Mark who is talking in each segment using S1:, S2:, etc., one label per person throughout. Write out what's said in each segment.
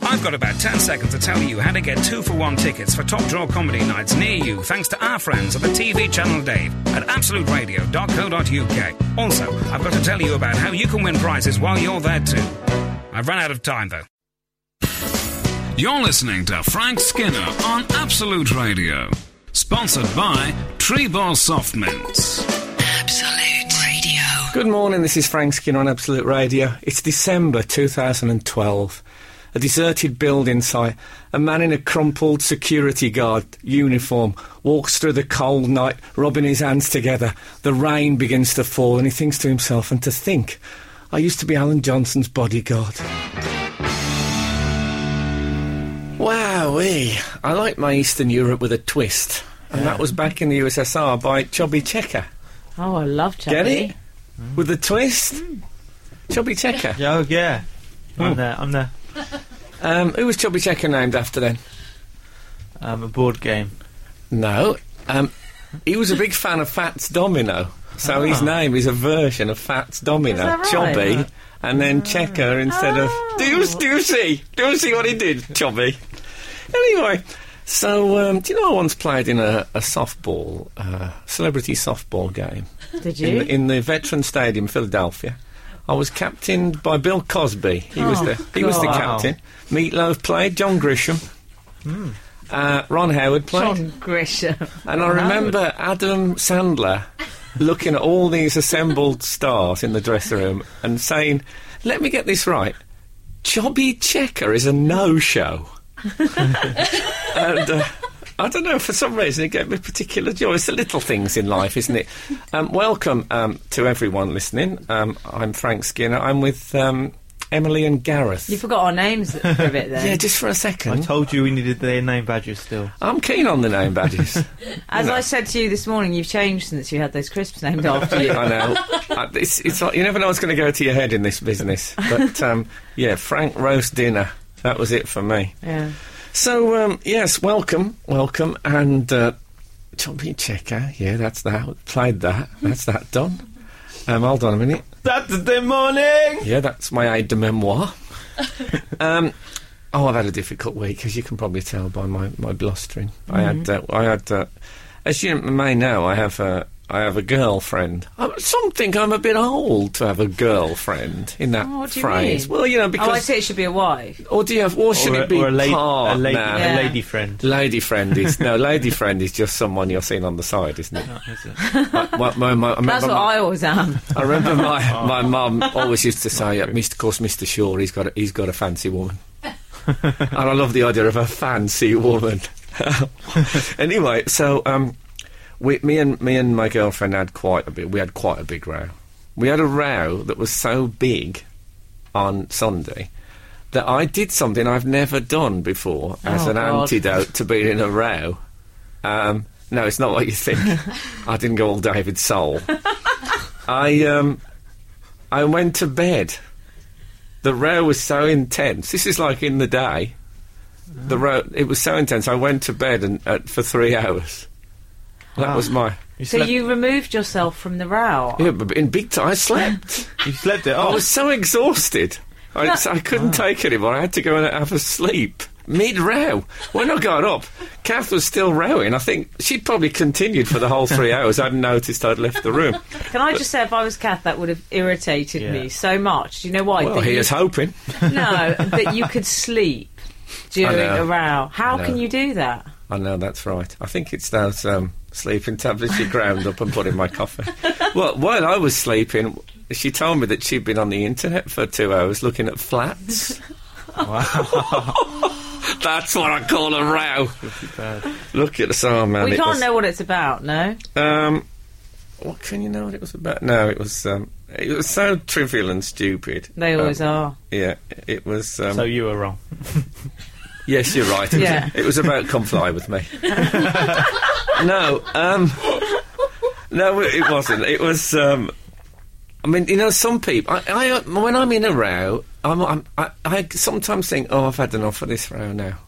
S1: I've got about 10 seconds to tell you how to get two for one tickets for top draw comedy nights near you thanks to our friends at the TV channel Dave at absoluteradio.co.uk. Also, I've got to tell you about how you can win prizes while you're there too. I've run out of time though. You're listening to Frank Skinner on Absolute Radio, sponsored by Tree Ball Soft Mints.
S2: Absolute Radio.
S3: Good morning, this is Frank Skinner on Absolute Radio. It's December 2012. A deserted building site. A man in a crumpled security guard uniform walks through the cold night, rubbing his hands together. The rain begins to fall, and he thinks to himself, and to think, I used to be Alan Johnson's bodyguard. Wowee! I like my Eastern Europe with a twist. And that was back in the USSR by Chubby Checker.
S4: Oh, I love Chubby.
S3: Get it? Mm. With a twist? Chubby Checker.
S5: Yeah, oh, yeah. I'm there. I'm there.
S3: Um, who was Chubby Checker named after then?
S5: Um, a board game.
S3: No. Um, he was a big fan of Fats Domino. So his name is a version of Fats Domino.
S4: Ah. Is that right? Ah. Oh.
S3: Chubby. And then Checker instead of. Do you, do you see? Do you see what he did, Chubby? Anyway, so um, do you know I once played in a, a softball, uh, celebrity softball game?
S4: Did
S3: in
S4: you?
S3: the, in the Veteran Stadium, Philadelphia. I was captained by Bill Cosby. He was
S4: Oh,
S3: the he was the
S5: God.
S3: captain. Meatloaf played John Grisham. Uh, Ron Howard played,
S4: Hmm. John Grisham.
S3: and I remember Adam Sandler looking at all these assembled stars in the dressing room and saying, "Let me get this right. Chubby Checker is a no-show." and uh, I don't know, for some reason it gave me particular joy. It's the little things in life, isn't it? Um, welcome um, to everyone listening. Um, I'm Frank Skinner. I'm with um, Emily and Gareth.
S4: You forgot our names for a bit there.
S3: yeah, just for a
S5: I
S3: second.
S5: told you we needed their name badges still.
S3: I'm keen on the name badges.
S4: As I said to you this morning, you've changed since you had those crisps named after you.
S3: I know. Uh, it's, it's like, you never know what's going to go to your head in this business. But um, yeah, Frank roast dinner. That was it for me.
S4: Yeah.
S3: So um, yes, welcome, welcome, and uh, Tommy Checker. Yeah, that's that. Played that. That's that done. Um, hold on a minute.
S5: Saturday morning!
S3: Yeah, that's my aide de memoire. um, oh, I've had a difficult week, as you can probably tell by my, my blustering. I had,
S4: Mm-hmm.
S3: uh, I had, uh, as you may know, I have a, I have a girlfriend. Uh, some think I'm a bit old to have a girlfriend in that
S4: Oh, what do you
S3: phrase.
S4: mean?
S3: Well, you know,
S4: Oh, I
S3: because
S4: see. It should be a wife.
S3: or do you have, or should
S5: or, a-
S3: it be
S5: or a, lady, a,
S3: partner?
S5: lady,
S4: Yeah.
S5: a lady friend.
S3: Lady friend is no lady friend is just someone you're seeing on the side, isn't it?
S5: Is it?
S3: My- my- my- my- I remember
S4: That's what
S3: my-
S4: I always am.
S3: I remember my my mum always used to say, uh, "Mr. Of course, Mr. Shaw, he's got a, he's got a fancy woman," and I love the idea of a fancy woman. anyway, so um, we, me and me and my girlfriend had quite a bit. We had quite a big row. We had a row that was so big on Sunday that I did something I've never done before as
S4: Oh,
S3: an
S4: God.
S3: antidote to being in a row. Um, no, it's not what you think. I didn't go all David Soul. I um, I went to bed. The row was so intense. This is like in the day. The row it was so intense. I went to bed and uh, for three hours. That
S5: Wow.
S3: was my
S5: You
S4: So
S5: slept,
S4: you removed yourself from the row.
S3: yeah, but in big time. I slept.
S5: you slept it
S3: I
S5: off.
S3: was so exhausted. I, I couldn't take anymore. I had to go and have a sleep. Mid row. When I got up, Kath was still rowing. I think she'd probably continued for the whole three hours. I hadn't noticed I'd left the room.
S4: Can I just say, if I was Kath, that would have irritated
S5: Yeah.
S4: me so much. Do you know why?
S3: Well,
S4: That you-
S3: here's hoping.
S4: no, that you could sleep during
S3: know.
S4: a row. How
S3: know.
S4: can you do that?
S3: I know that's right. I think it's those um, sleeping tablets you ground up and put in my coffee. Well, while I was sleeping, she told me that she'd been on the internet for two hours looking at flats. that's what I call a row.
S5: Bad.
S3: Look at the oh, man.
S4: we
S3: it
S4: can't
S3: was-
S4: know what it's about. No.
S3: Um, what can you know what it was about? No, it was um, it was so trivial and stupid.
S4: They always
S3: Um,
S4: are.
S3: Yeah, it was. Um,
S5: So you were wrong.
S3: yes, you're right. It,
S4: Yeah.
S3: was, it was about come fly with me. no, um, no, it wasn't. It was. Um, I mean, you know, some people. I, I when I'm in a row, I'm, I'm, I, I sometimes think, oh, I've had enough of this row now.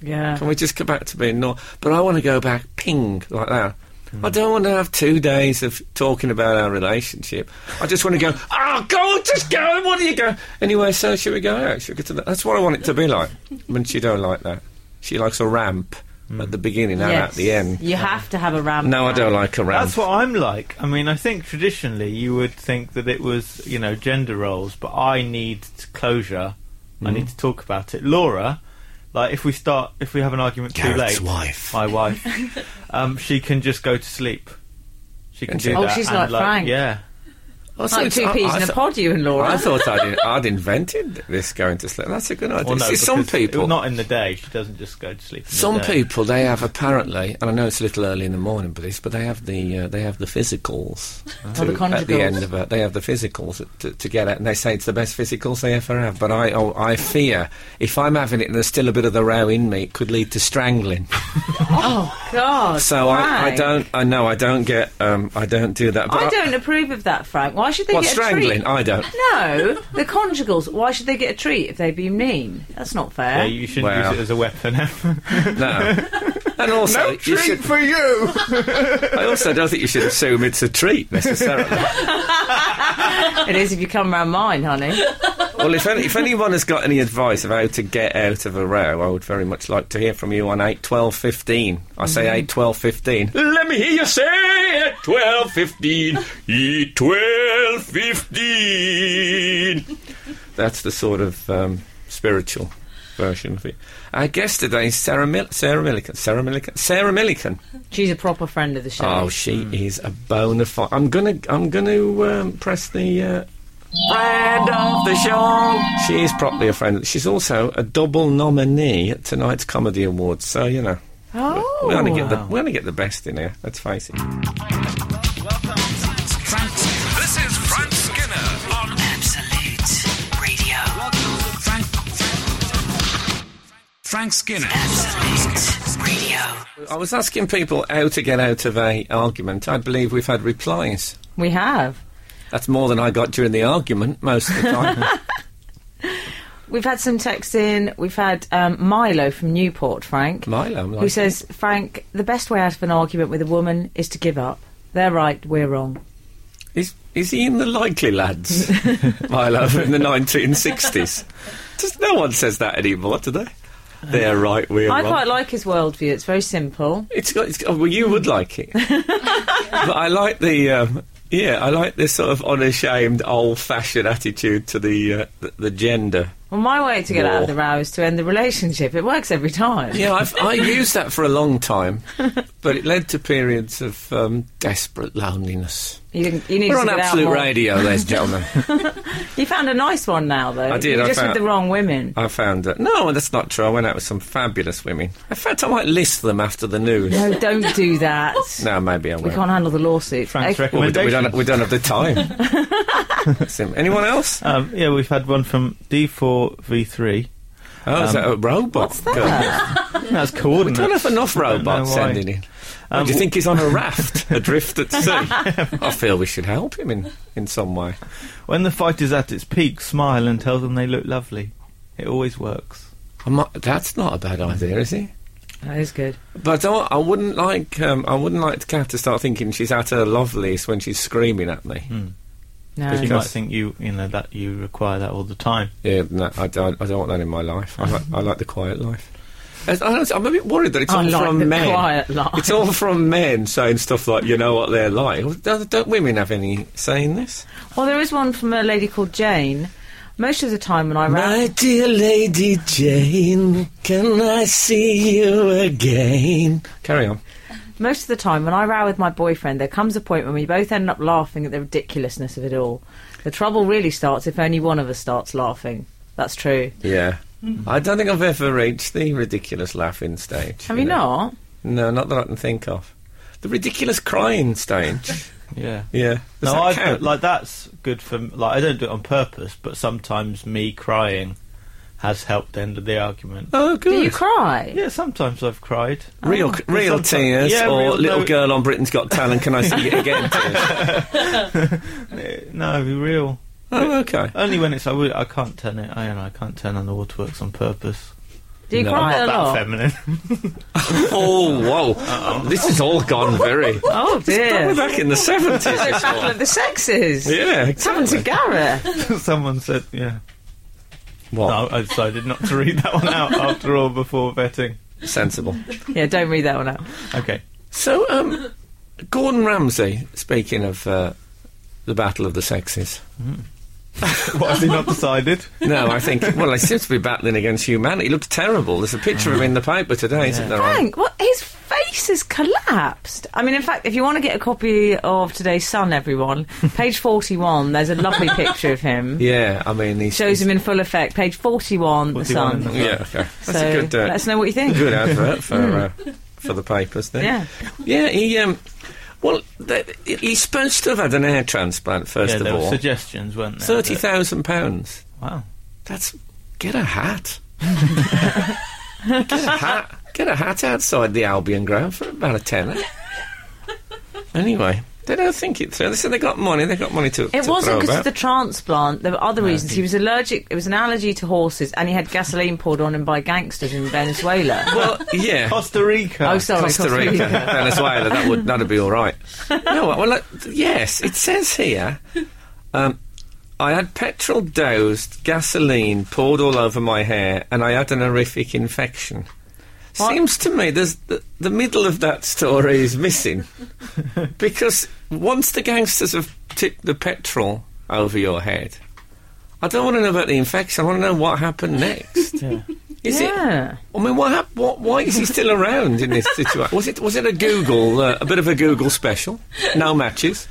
S4: Yeah.
S3: Can we just go back to being normal? But I want to go back ping like that. I
S5: Hmm.
S3: don't want to have two days of talking about our relationship. I just want to go, oh, go on, just go, what do you go? Anyway, so should we go out? Should we get to the-" That's what I want it to be like. When she don't like that. She likes a ramp
S5: Hmm.
S3: at the beginning and at the end.
S4: You have to have a ramp.
S3: No, I don't like a ramp.
S5: That's what I'm like. I mean, I think traditionally you would think that it was, you know, gender roles, but I need t- closure. I
S3: Hmm?
S5: need to talk about it. Laura, like, if we start, if we have an argument
S3: Gareth's
S5: too late,
S3: wife.
S5: my wife, um, she can just go to sleep. She can
S3: And she-
S5: do
S3: Oh,
S5: that
S4: she's
S5: and,
S4: like Frank.
S5: Yeah,
S3: I
S4: It's
S3: thought-
S4: like two
S3: I-
S4: peas
S3: I
S4: in a
S3: thought-
S4: pod, you and Laura.
S3: I thought I'd, I'd invented this going to sleep. That's a good idea.
S5: Well, no,
S3: See, some
S5: because it-
S3: people,
S5: not in the day. She doesn't just go to sleep. in the
S3: some
S5: day.
S3: people, they have apparently, and I know it's a little early in the morning for this, but they have the uh, they have the physicals
S4: Oh, the
S3: at the
S4: conjugals.
S3: end of it. They have the physicals to, to get at, and they say it's the best physicals they ever have. But I, oh, I fear if I'm having it, and there's still a bit of the row in me, it could lead to strangling.
S4: Oh God!
S3: So I, I
S4: Frank.
S3: don't, I know I don't get, um, I don't do that. But
S4: I don't approve of that, Frank. Why should they
S3: What
S4: get a
S3: strangling?
S4: treat?
S3: I don't.
S4: No, the conjugals. Why should they get a treat if they've been mean? That's not fair.
S5: Yeah, you shouldn't
S3: Wow.
S5: use it as a weapon.
S3: No. And also, you should-
S5: for you.
S3: I also don't think you should assume it's a treat necessarily.
S4: It is if you come round mine, honey.
S3: well, if, any, if anyone has got any advice of how to get out of a row, I would very much like to hear from you on 8 12 15. I say 8 12 15. Let me hear you say 8 12 15. 8 12 15. That's the sort of um, spiritual version of it. Our guest today is Sarah, Mil- Sarah Millican. Sarah Millican? Sarah Millican.
S4: She's a proper friend of the show.
S3: Oh, she is a bona fide. I'm gonna, I'm gonna um, press the uh, friend of the show. She is properly a friend. She's also a double nominee at tonight's comedy awards. So you know,
S4: Oh.
S3: we only get the, we only get the best in here. Let's face it.
S1: Frank Skinner. This is Frank Skinner on
S2: Absolute Radio.
S1: Frank. Frank Skinner.
S2: Absolute Radio.
S3: I was asking people how to get out of a argument. I believe we've had replies.
S4: Oh. We have.
S3: That's more than I got during the argument most of the time.
S4: We've had some texts in. We've had um, Milo from Newport, Frank.
S3: Milo, I'm
S4: who
S3: like,
S4: says, Frank, the best way out of an argument with a woman is to give up. They're right, we're wrong.
S3: is, is he in the likely lads, Milo, in the 1960s? Just no one says that anymore, do they? They're right, we're
S4: I
S3: wrong.
S4: quite like his worldview. It's very simple.
S3: It's got, it's got, oh, well, you would like it. but I like the, um, yeah, I like this sort of unashamed, old-fashioned attitude to the, uh, the, the gender.
S4: Well, my way to get out
S3: War.
S4: of the row is to end the relationship. It works every time.
S3: Yeah, I've, I used that for a long time, but it led to periods of um, desperate loneliness.
S4: You, you need
S3: We're
S4: to
S3: on
S4: get out
S3: Absolute
S4: more.
S3: Radio, ladies and gentlemen.
S4: You found a nice one now, though.
S3: I did,
S4: You're
S3: I
S4: just
S3: found-
S4: with the wrong women.
S3: I found that. No, that's not true. I went out with some fabulous women. In fact, I might list them after the news.
S4: No, don't do that.
S3: No, maybe I
S4: We
S3: won't.
S4: can't handle the lawsuit.
S5: Frank's
S4: Okay.
S3: Well, we, don't, we,
S5: recommendation.
S3: don't, we don't have the time. Sim- Anyone else?
S5: Um, yeah, we've had one from D4V3.
S3: Oh, is that a robot?
S4: What's that?
S5: That's coordinates.
S3: I don't have enough
S5: don't know
S3: robots
S5: why. Um,
S3: sending in. Oh, do you think he's on a raft adrift at sea? I feel we should help him in, in some way.
S5: When the fight is at its peak, smile and tell them they look lovely. It always works.
S3: I might, that's not a bad idea, is it?
S4: That is good.
S3: But I, I wouldn't like um, I wouldn't like Kat to start thinking she's at her loveliest when she's screaming at me.
S5: She
S4: No.
S5: might think you, you know, that you require that all the time.
S3: Yeah, no, I don't, I don't want that in my life. I like, I like the quiet life. As- I don't- I'm a bit worried that it's
S4: I
S3: all
S4: like
S3: from
S4: the
S3: men.
S4: quiet life.
S3: It's all from men saying stuff like, "You know what they're like." Well, Don't, don't women have any saying this?
S4: Well, there is one from a lady called Jane. Most of the time when I row,
S3: dear Lady Jane, can I see you again? Carry on.
S4: Most of the time, when I row with my boyfriend, there comes a point when we both end up laughing at the ridiculousness of it all. The trouble really starts if only one of us starts laughing. That's true.
S3: Yeah. I don't think I've ever reached the ridiculous laughing stage.
S4: Have you
S3: know.
S4: not?
S3: No, not that I can think of. The ridiculous crying stage.
S5: Yeah.
S3: yeah. Does
S5: no,
S3: that
S5: I've
S3: count?
S5: like that's good for m- like I don't do it on purpose, but sometimes me crying has helped end the argument.
S3: oh, good.
S4: Do you cry?
S5: Yeah, sometimes I've cried.
S3: Real, real
S5: Sometimes-
S3: tears,
S5: yeah,
S3: or
S5: real-
S3: little
S5: no-
S3: girl on Britain's Got Talent. Can I see it again? tears?
S5: Eh, No, be real.
S3: Oh, okay.
S5: Only when it's I, would, I can't turn it. I, you know, I can't turn on the waterworks on purpose.
S4: Do you
S3: No,
S4: cry
S5: Not
S4: a lot?
S5: that feminine.
S3: Oh, whoa. This has all gone very.
S4: oh
S3: We're
S4: dear.
S3: back in the 70s.
S4: The
S3: this
S4: battle
S3: one.
S4: of the sexes.
S3: Yeah.
S4: It's happened to Gareth.
S5: Someone said, yeah.
S3: What?
S5: No, I decided not to read that one out after all before vetting.
S3: Sensible.
S4: Yeah, don't read that one out.
S5: Okay.
S3: So, um, Gordon Ramsay, speaking of uh, the Battle of the Sexes.
S5: What has he not decided?
S3: No, I think, well, he seems to be battling against humanity. He looks terrible. There's a picture of him in the paper today, isn't there? Anne?
S4: Frank, what his face has collapsed. I mean, in fact, if you want to get a copy of today's Sun, everyone, page forty-one. There's a lovely picture of him.
S3: Yeah, I mean, he's.
S4: Shows him in full effect. Page forty-one, the
S5: 41
S4: Sun.
S5: in the-
S3: Yeah, okay. That's
S4: so
S3: a good, uh,
S4: let us know what you think.
S3: good advert for, uh, for the papers there.
S4: Yeah.
S3: Yeah, he. Um, well, th- he's supposed to have had an hair transplant, first
S5: yeah,
S3: of
S5: there were
S3: all.
S5: suggestions, weren't there?
S3: Thirty
S5: that-
S3: thousand pounds.
S5: Wow.
S3: That's get a hat. get a hat. Get a hat outside the Albion ground for about a tenner. anyway, they don't think it through. They said they got money. They got money to.
S4: It
S3: to
S4: wasn't
S3: throw
S4: because of
S3: about.
S4: the transplant. There were other reasons. He was allergic. It was an allergy to horses, and he had gasoline poured on him by gangsters in Venezuela.
S3: Well, yeah.
S5: Costa Rica.
S4: oh, sorry,
S3: Costa Rica, Venezuela, that would that'd be all right. No, well, like, yes, it says here. Um, I had petrol doused, gasoline poured all over my hair, and I had an horrific infection.
S4: What?
S3: Seems to me there's the, the middle of that story is missing because once the gangsters have tipped the petrol over your head, I don't want to know about the infection. I want to know what happened next.
S5: Yeah.
S3: Is it
S4: Yeah.
S3: I mean, what hap- what, why is he still around in this situation? Was it was it a Google, uh, a bit of a Google special? No matches.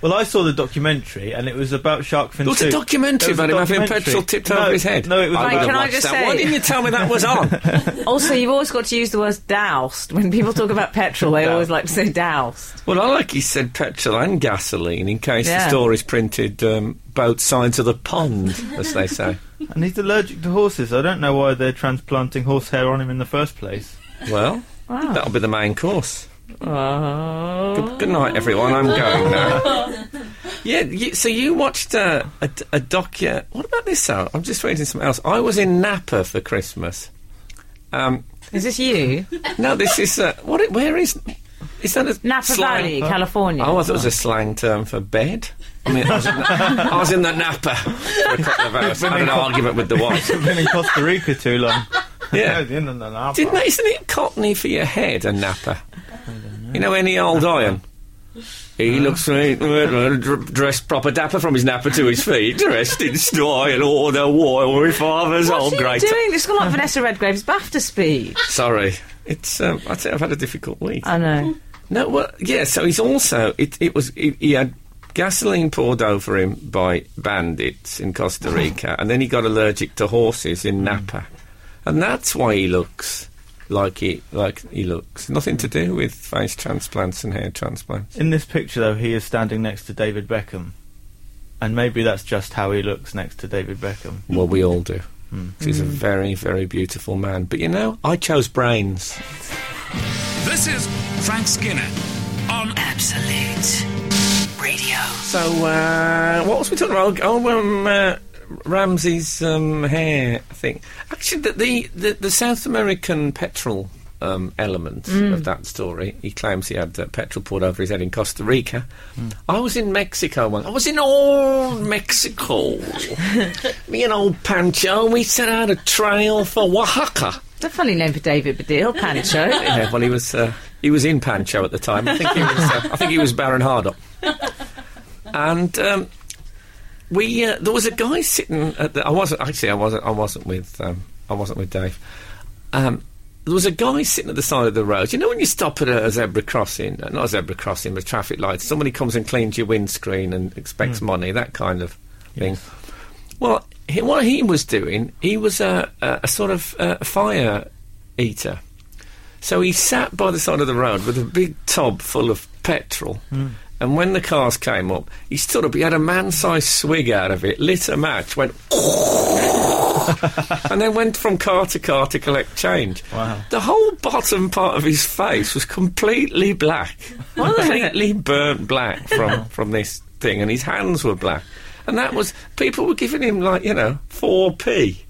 S5: Well, I saw the documentary, and it was about shark fin
S3: There was a
S5: soup.
S3: documentary
S5: There was a
S3: about him having
S5: documentary.
S3: petrol tipped
S5: No,
S3: over his head.
S5: No, it was.
S3: I
S4: Right,
S3: would
S5: about-
S3: have
S4: can I
S3: watched
S4: just
S3: that.
S4: say-
S3: Why didn't you tell me that was on?
S4: Also, you've always got to use the words doused. When people talk about petrol, they always like to say doused.
S3: well, I like he said petrol and gasoline in case
S4: Yeah.
S3: the story's printed um, both sides of the pond, as they say.
S5: and he's allergic to horses. I don't know why they're transplanting horsehair on him in the first place.
S3: Well,
S4: Wow.
S3: that'll be the main course.
S4: Oh.
S3: Good, good night, everyone. I'm going now. yeah, you, so you watched uh, a, d- a docu. What about this, Sarah? I'm just reading something else. I was in Napa for Christmas. Um,
S4: Is this you?
S3: no, this is. Uh, what? It, where is. Is that a.
S4: Napa
S3: slang? Oh,
S4: Valley, California.
S3: I thought it was a slang term for bed. I mean, I was in, I was in the Napa for a couple of hours. had an argument with the wife.
S5: I've been in Costa Rica too long.
S3: Yeah.
S5: No, no, no, no.
S3: Didn't that, isn't it cottony for your head, a napper? You know, any old iron? He looks right, uh, dr- dressed proper dapper from his napper to his feet, dressed in style, all the while with father's
S4: What's
S3: old
S4: he
S3: great.
S4: doing? It's got like Vanessa Redgrave's BAFTA speed.
S3: Sorry. It's, um, I'd say I've had a difficult week.
S4: I know.
S3: No, well, yeah. So he's also it. It was he, he had gasoline poured over him by bandits in Costa Rica, and then he got allergic to horses in Napa, and that's why he looks like he like he looks. Nothing to do with face transplants and hair transplants.
S5: In this picture, though, he is standing next to David Beckham, and maybe that's just how he looks next to David Beckham.
S3: Well, we all do. Hmm. 'Cause He's a very, very beautiful man. But you know, I chose brains.
S1: This is Frank Skinner on
S2: Absolute Radio.
S3: So, uh, what was we talking about? Oh, um, uh, Ramsey's um, hair thing. Actually, the the, the, the South American petrol um, element of that story. He claims he had uh, petrol poured over his head in Costa Rica. I was in Mexico once. I was in old Mexico. Me and old Pancho, we set out a trail for Oaxaca.
S4: It's a funny name for David Baddiel, Pancho.
S3: Yeah, well, he was uh, he was in Pancho at the time. I think he was, uh, I think he was Baron Hardock. And um, we uh, there was a guy sitting. At the, I wasn't actually. I wasn't. I wasn't with. Um, I wasn't with Dave. Um, there was a guy sitting at the side of the road. You know when you stop at a, a zebra crossing, uh, not a zebra crossing, but a traffic light. Somebody comes and cleans your windscreen and expects money. That kind of thing. Well, he, what he was doing, he was a, a, a sort of uh, fire eater. So he sat by the side of the road with a big tub full of petrol. And when the cars came up, he stood up. He had a man-sized swig out of it, lit a match, went, and then went from car to car to collect change.
S5: Wow.
S3: The whole bottom part of his face was completely black, completely burnt black from from this thing, and his hands were black. And that was people were giving him like you know four p.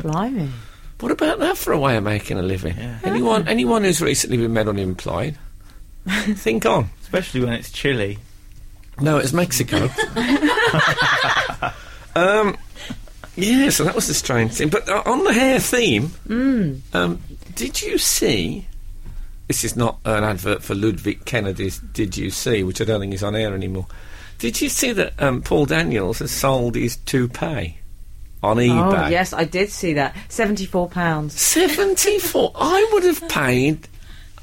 S4: Blimey.
S3: What about that for a way of making a living?
S5: Yeah.
S3: Anyone, anyone who's recently been made unemployed, think on.
S5: especially when it's chilly.
S3: No, it was Mexico. um, yeah, so that was the strange thing. But uh, on the hair theme,
S4: Mm.
S3: um, did you see? This is not an advert for Ludwig Kennedy's Did You See, which I don't think is on air anymore. Did you see that um, Paul Daniels has sold his toupee on eBay?
S4: Oh, yes, I did see that. Seventy-four pounds.
S3: 74. I would have paid.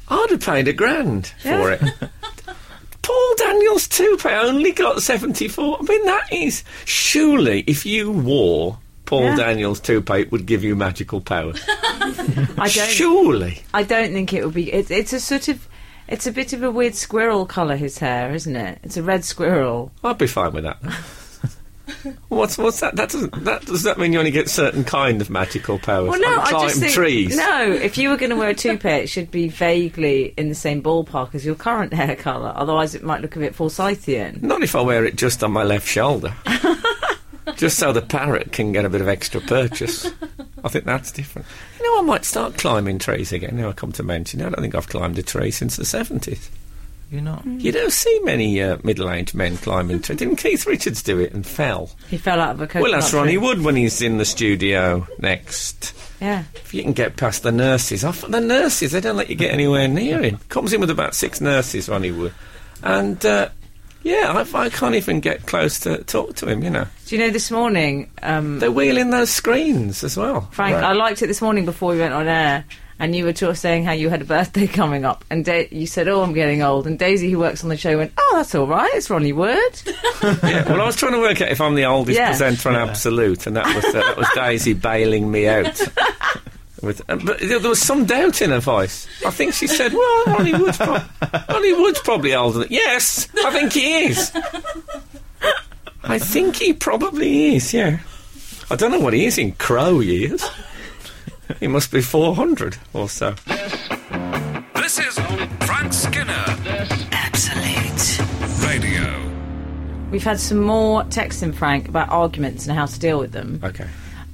S3: I'd have paid a grand for it. Paul Daniels toupee only got 74. I mean, that is. Surely, if you wore Paul
S4: Yeah.
S3: Daniels toupee, it would give you magical powers.
S4: I don't.
S3: Surely.
S4: I don't think it would be. It, it's a sort of. It's a bit of a weird squirrel colour. His hair, isn't it? It's a red squirrel.
S3: I'd be fine with that. What's what's that? That doesn't that does that mean you only get certain kind of magical powers?
S4: Well, no,
S3: like
S4: I just
S3: climb
S4: think
S3: trees.
S4: no. If you were going to wear a toupee, it should be vaguely in the same ballpark as your current hair colour. Otherwise, it might look a bit Forsythian.
S3: Not if I wear it just on my left shoulder. just so the parrot can get a bit of extra purchase. I think that's different. You know, I might start climbing trees again now I come to mention it. I don't think I've climbed a tree since the 70s.
S5: You're not.
S3: You don't see many uh, middle aged men climbing trees. Didn't Keith Richards do it and fell?
S4: He fell out of a coconut.
S3: Well, that's
S4: tree.
S3: Ronnie Wood when he's in the studio next.
S4: Yeah.
S3: If you can get past the nurses, off the nurses, they don't let you get anywhere near him. Comes in with about six nurses, Ronnie Wood. And, uh, yeah, I, I can't even get close to talk to him, you know.
S4: Do you know this morning? Um,
S3: They're wheeling those screens as well.
S4: Frank, I liked it this morning before we went on air, and you were just saying how you had a birthday coming up, and da- you said, "Oh, I'm getting old." And Daisy, who works on the show, went, "Oh, that's all right. It's Ronnie Wood."
S3: Yeah, well, I was trying to work out if I'm the oldest
S4: Yeah.
S3: presenter on Absolute, and that was uh, that was Daisy bailing me out. With, uh, but there there was some doubt in her voice. I think she said, "Well, Ronnie Wood's, prob Ronnie Wood's probably older." Than- yes, I think he is. I think he probably is. Yeah, I don't know what he is in crow years. He must be four hundred or so.
S1: This is Frank Skinner
S2: Absolute.
S1: Radio.
S4: We've had some more texts in Frank about arguments and how to deal with them.
S3: Okay,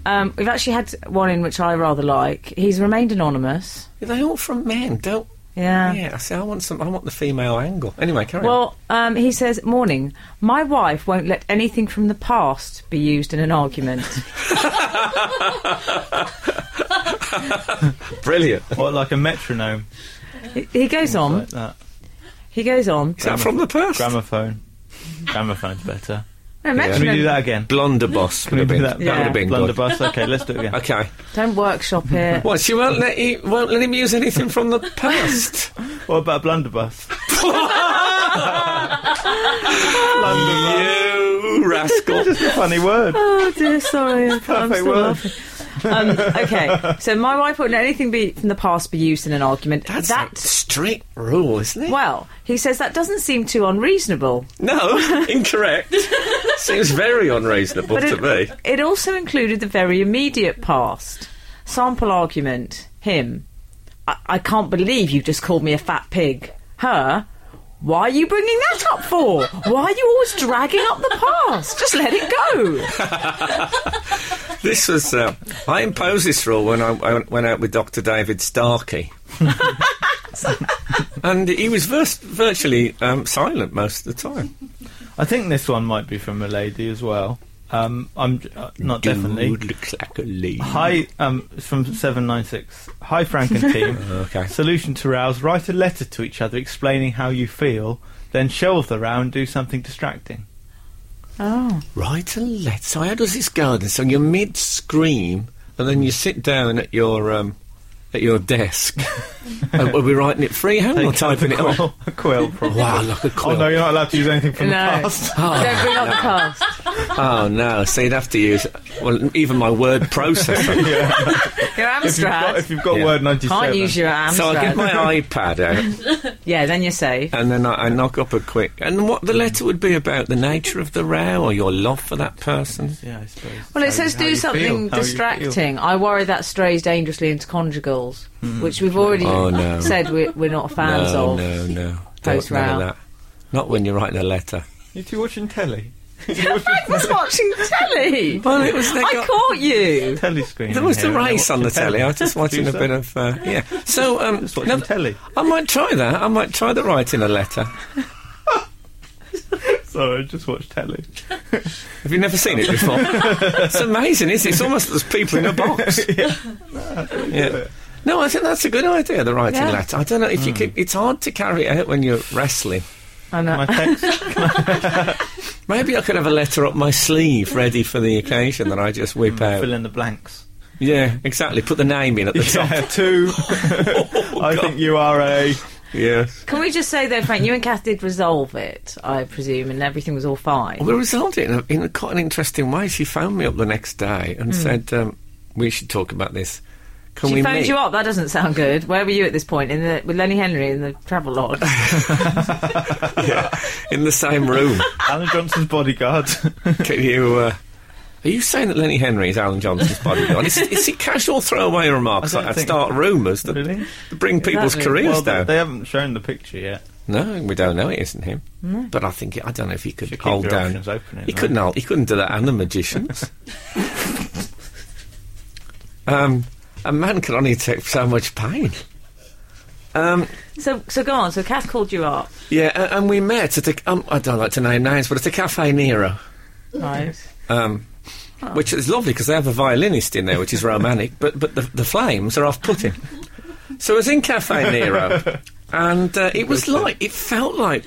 S4: Um, we've actually had one in which I rather like. He's remained anonymous.
S3: are they all from men? Don't.
S4: Yeah.
S3: Yeah, I see. I want some. I want the female angle. Anyway, carry on.
S4: Well, um, he says, "Morning. My wife won't let anything from the past be used in an argument.
S3: Brilliant.
S5: What, like a metronome?
S4: he, he goes on.
S5: Like that.
S4: He goes on.
S3: Is that from the past?
S5: Gramophone. Gramophone's better.
S4: No,
S5: Can we
S4: metronome-
S5: do that again?
S3: Blunderboss.
S5: Can we
S3: would
S5: do
S3: have
S5: that?
S3: been- That would have been good.
S5: Blunderbuss. Okay, let's do it again.
S3: Okay.
S4: Don't workshop it.
S3: Well, she won't let you, won't let him use anything from the past.
S5: What about blunderbuss?
S3: you rascal.
S5: Just a funny word.
S4: Oh dear, sorry. I'm
S5: Perfect
S4: still
S5: word.
S4: laughing. Um, okay, so my wife wouldn't let anything be from the past be used in an argument.
S3: That's a
S4: that
S3: strict rule, isn't it?
S4: well, he says that doesn't seem too unreasonable,
S3: No, incorrect. Seems very unreasonable
S4: but
S3: to me.
S4: it, it also included the very immediate past. Sample argument: him, I, I can't believe you just called me a fat pig. Her. Why are you bringing that up for? Why are you always dragging up the past? Just let it go.
S3: This was. Uh, I imposed this rule when I, I went out with Dr. David Starkey. and he was vers- virtually um, silent most of the time.
S5: I think this one might be from a lady as well. Um, I'm j- uh, not definitely.
S3: Dude looks like a lady.
S5: Hi, um, it's from 796. Hi, Frank and team.
S3: Okay.
S5: Solution to rouse write a letter to each other explaining how you feel, then shelve the row and do something distracting.
S4: Oh,
S3: Right and left. So how does this go? Then? So you're mid scream, and then you
S5: Mm.
S3: sit down at your um, at your desk. and we'll be writing it freehand or
S5: Take out
S3: typing
S5: the
S3: it on.
S5: quill, a quill, probably.
S3: Wow, look a quill.
S5: Oh no, you're not allowed to use anything from
S4: No.
S5: the past.
S4: don't bring up the past.
S3: Oh no! So you'd have to use well, even my word processor.
S4: Your
S5: If you've
S4: Amstrad.
S5: got, if you've got
S3: Yeah.
S5: Word 97.
S4: Can't use your Amstrad.
S3: so I get my iPad out,
S4: yeah, then you're safe.
S3: and then I, I knock up a quick. And what the letter would be about the nature of the row or your love for that person.
S5: Yeah, I suppose.
S4: Well, it
S5: How you-
S4: says
S5: how
S4: do
S5: you
S4: something
S5: feel, how you feel.
S4: distracting. I worry that strays dangerously into conjugals,
S5: Hmm.
S4: which we've already
S3: Oh, no.
S4: said we're, we're not fans
S3: no,
S4: of.
S3: no, no,
S4: Post
S3: Don't- none of
S4: row.
S3: that. Not when you're writing a letter.
S5: You two watching telly?
S4: I was watching telly.
S3: Well, it was- they
S4: I
S3: got-
S4: caught you.
S5: telescreen.
S3: There
S5: in
S3: was the
S5: here, and I
S3: race
S5: watched
S3: on the telly. I was just watching a
S5: Tuesday.
S3: bit of uh, yeah. So um,
S5: Just watching telly.
S3: I might try that. I might try the writing a letter.
S5: Sorry, I just watched telly.
S3: Have you never seen it before? it's amazing, isn't it? It's almost as people in a box. yeah. No, I think that's a good idea. The writing
S4: Yeah.
S3: letter. I don't know if
S5: Hmm.
S3: you could. It's hard to carry it out when you're wrestling.
S4: I know.
S5: My text.
S3: Maybe I could have a letter up my sleeve, ready for the occasion that I just whip out.
S5: Hmm. fill in the blanks.
S3: Yeah, exactly. Put the name in at the top.
S5: Yeah, two. I think you are a.
S3: Yeah.
S4: Can we just say though, Frank, you and Kath did resolve it, I presume, and everything was all fine.
S3: We resolved it in, a, in a, quite an interesting way. She phoned me up the next day and
S5: Hmm.
S3: said, um, "We should talk about this. Can
S4: She
S3: we
S4: phoned
S3: meet?"
S4: you up. That doesn't sound good. Where were you at this point? In the with Lenny Henry in the travel lodge.
S3: Yeah, in the same room.
S5: Alan Johnson's bodyguard.
S3: Can you? Uh, are you saying that Lenny Henry is Alan Johnson's bodyguard? is, is it casual throwaway remarks
S5: I don't
S3: like that
S5: think-
S3: start rumours that
S5: Really?
S3: bring people's
S4: Exactly.
S3: careers
S5: well, they,
S3: down?
S5: they haven't shown the picture yet.
S3: No, we don't know it isn't him. But I think it- I don't know if he could
S5: Should keep
S3: hold
S5: your
S3: down.
S5: options open,
S3: he
S5: right?
S3: couldn't. Hold, he couldn't do that. And the magicians. um, a man can only take so much pain. Um,
S4: so so go on. So Kath called you up,
S3: yeah, a- and we met at a. Um, I don't like to name names, but at a cafe Nero.
S4: right?
S3: um, which is lovely because they have a violinist in there, which is romantic. but but the, the flames are off-putting. so I was in Cafe Nero, and uh, it was like it felt like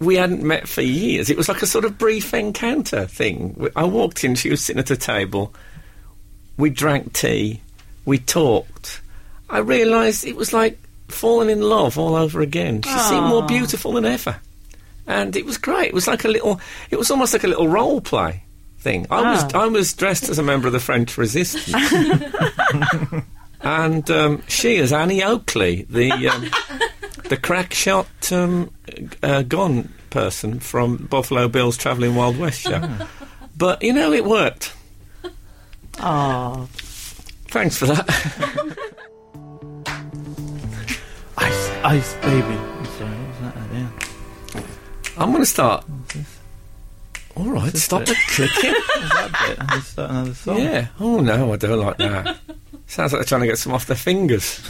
S3: we hadn't met for years. It was like a sort of brief encounter thing. W- I walked in; she was sitting at a table. We drank tea, we talked. I realised it was like falling in love all over again. She seemed more beautiful than ever. And it was great. It was like a little. It was almost like a little role play thing. I was
S4: Ah.
S3: I was dressed as a member of the French Resistance, and um, she is Annie Oakley, the um, the crack shot um, g- uh, gun person from Buffalo Bill's Traveling Wild West show. but you know, it worked.
S4: Oh,
S3: Thanks for that.
S5: Ice, ice, baby. I'm sorry, what was that idea?
S3: I'm going to start. All right, stop the clicking.
S5: That bit. I'll start another song.
S3: Yeah. Oh no, I don't like that. Sounds like they're trying to get some off their fingers.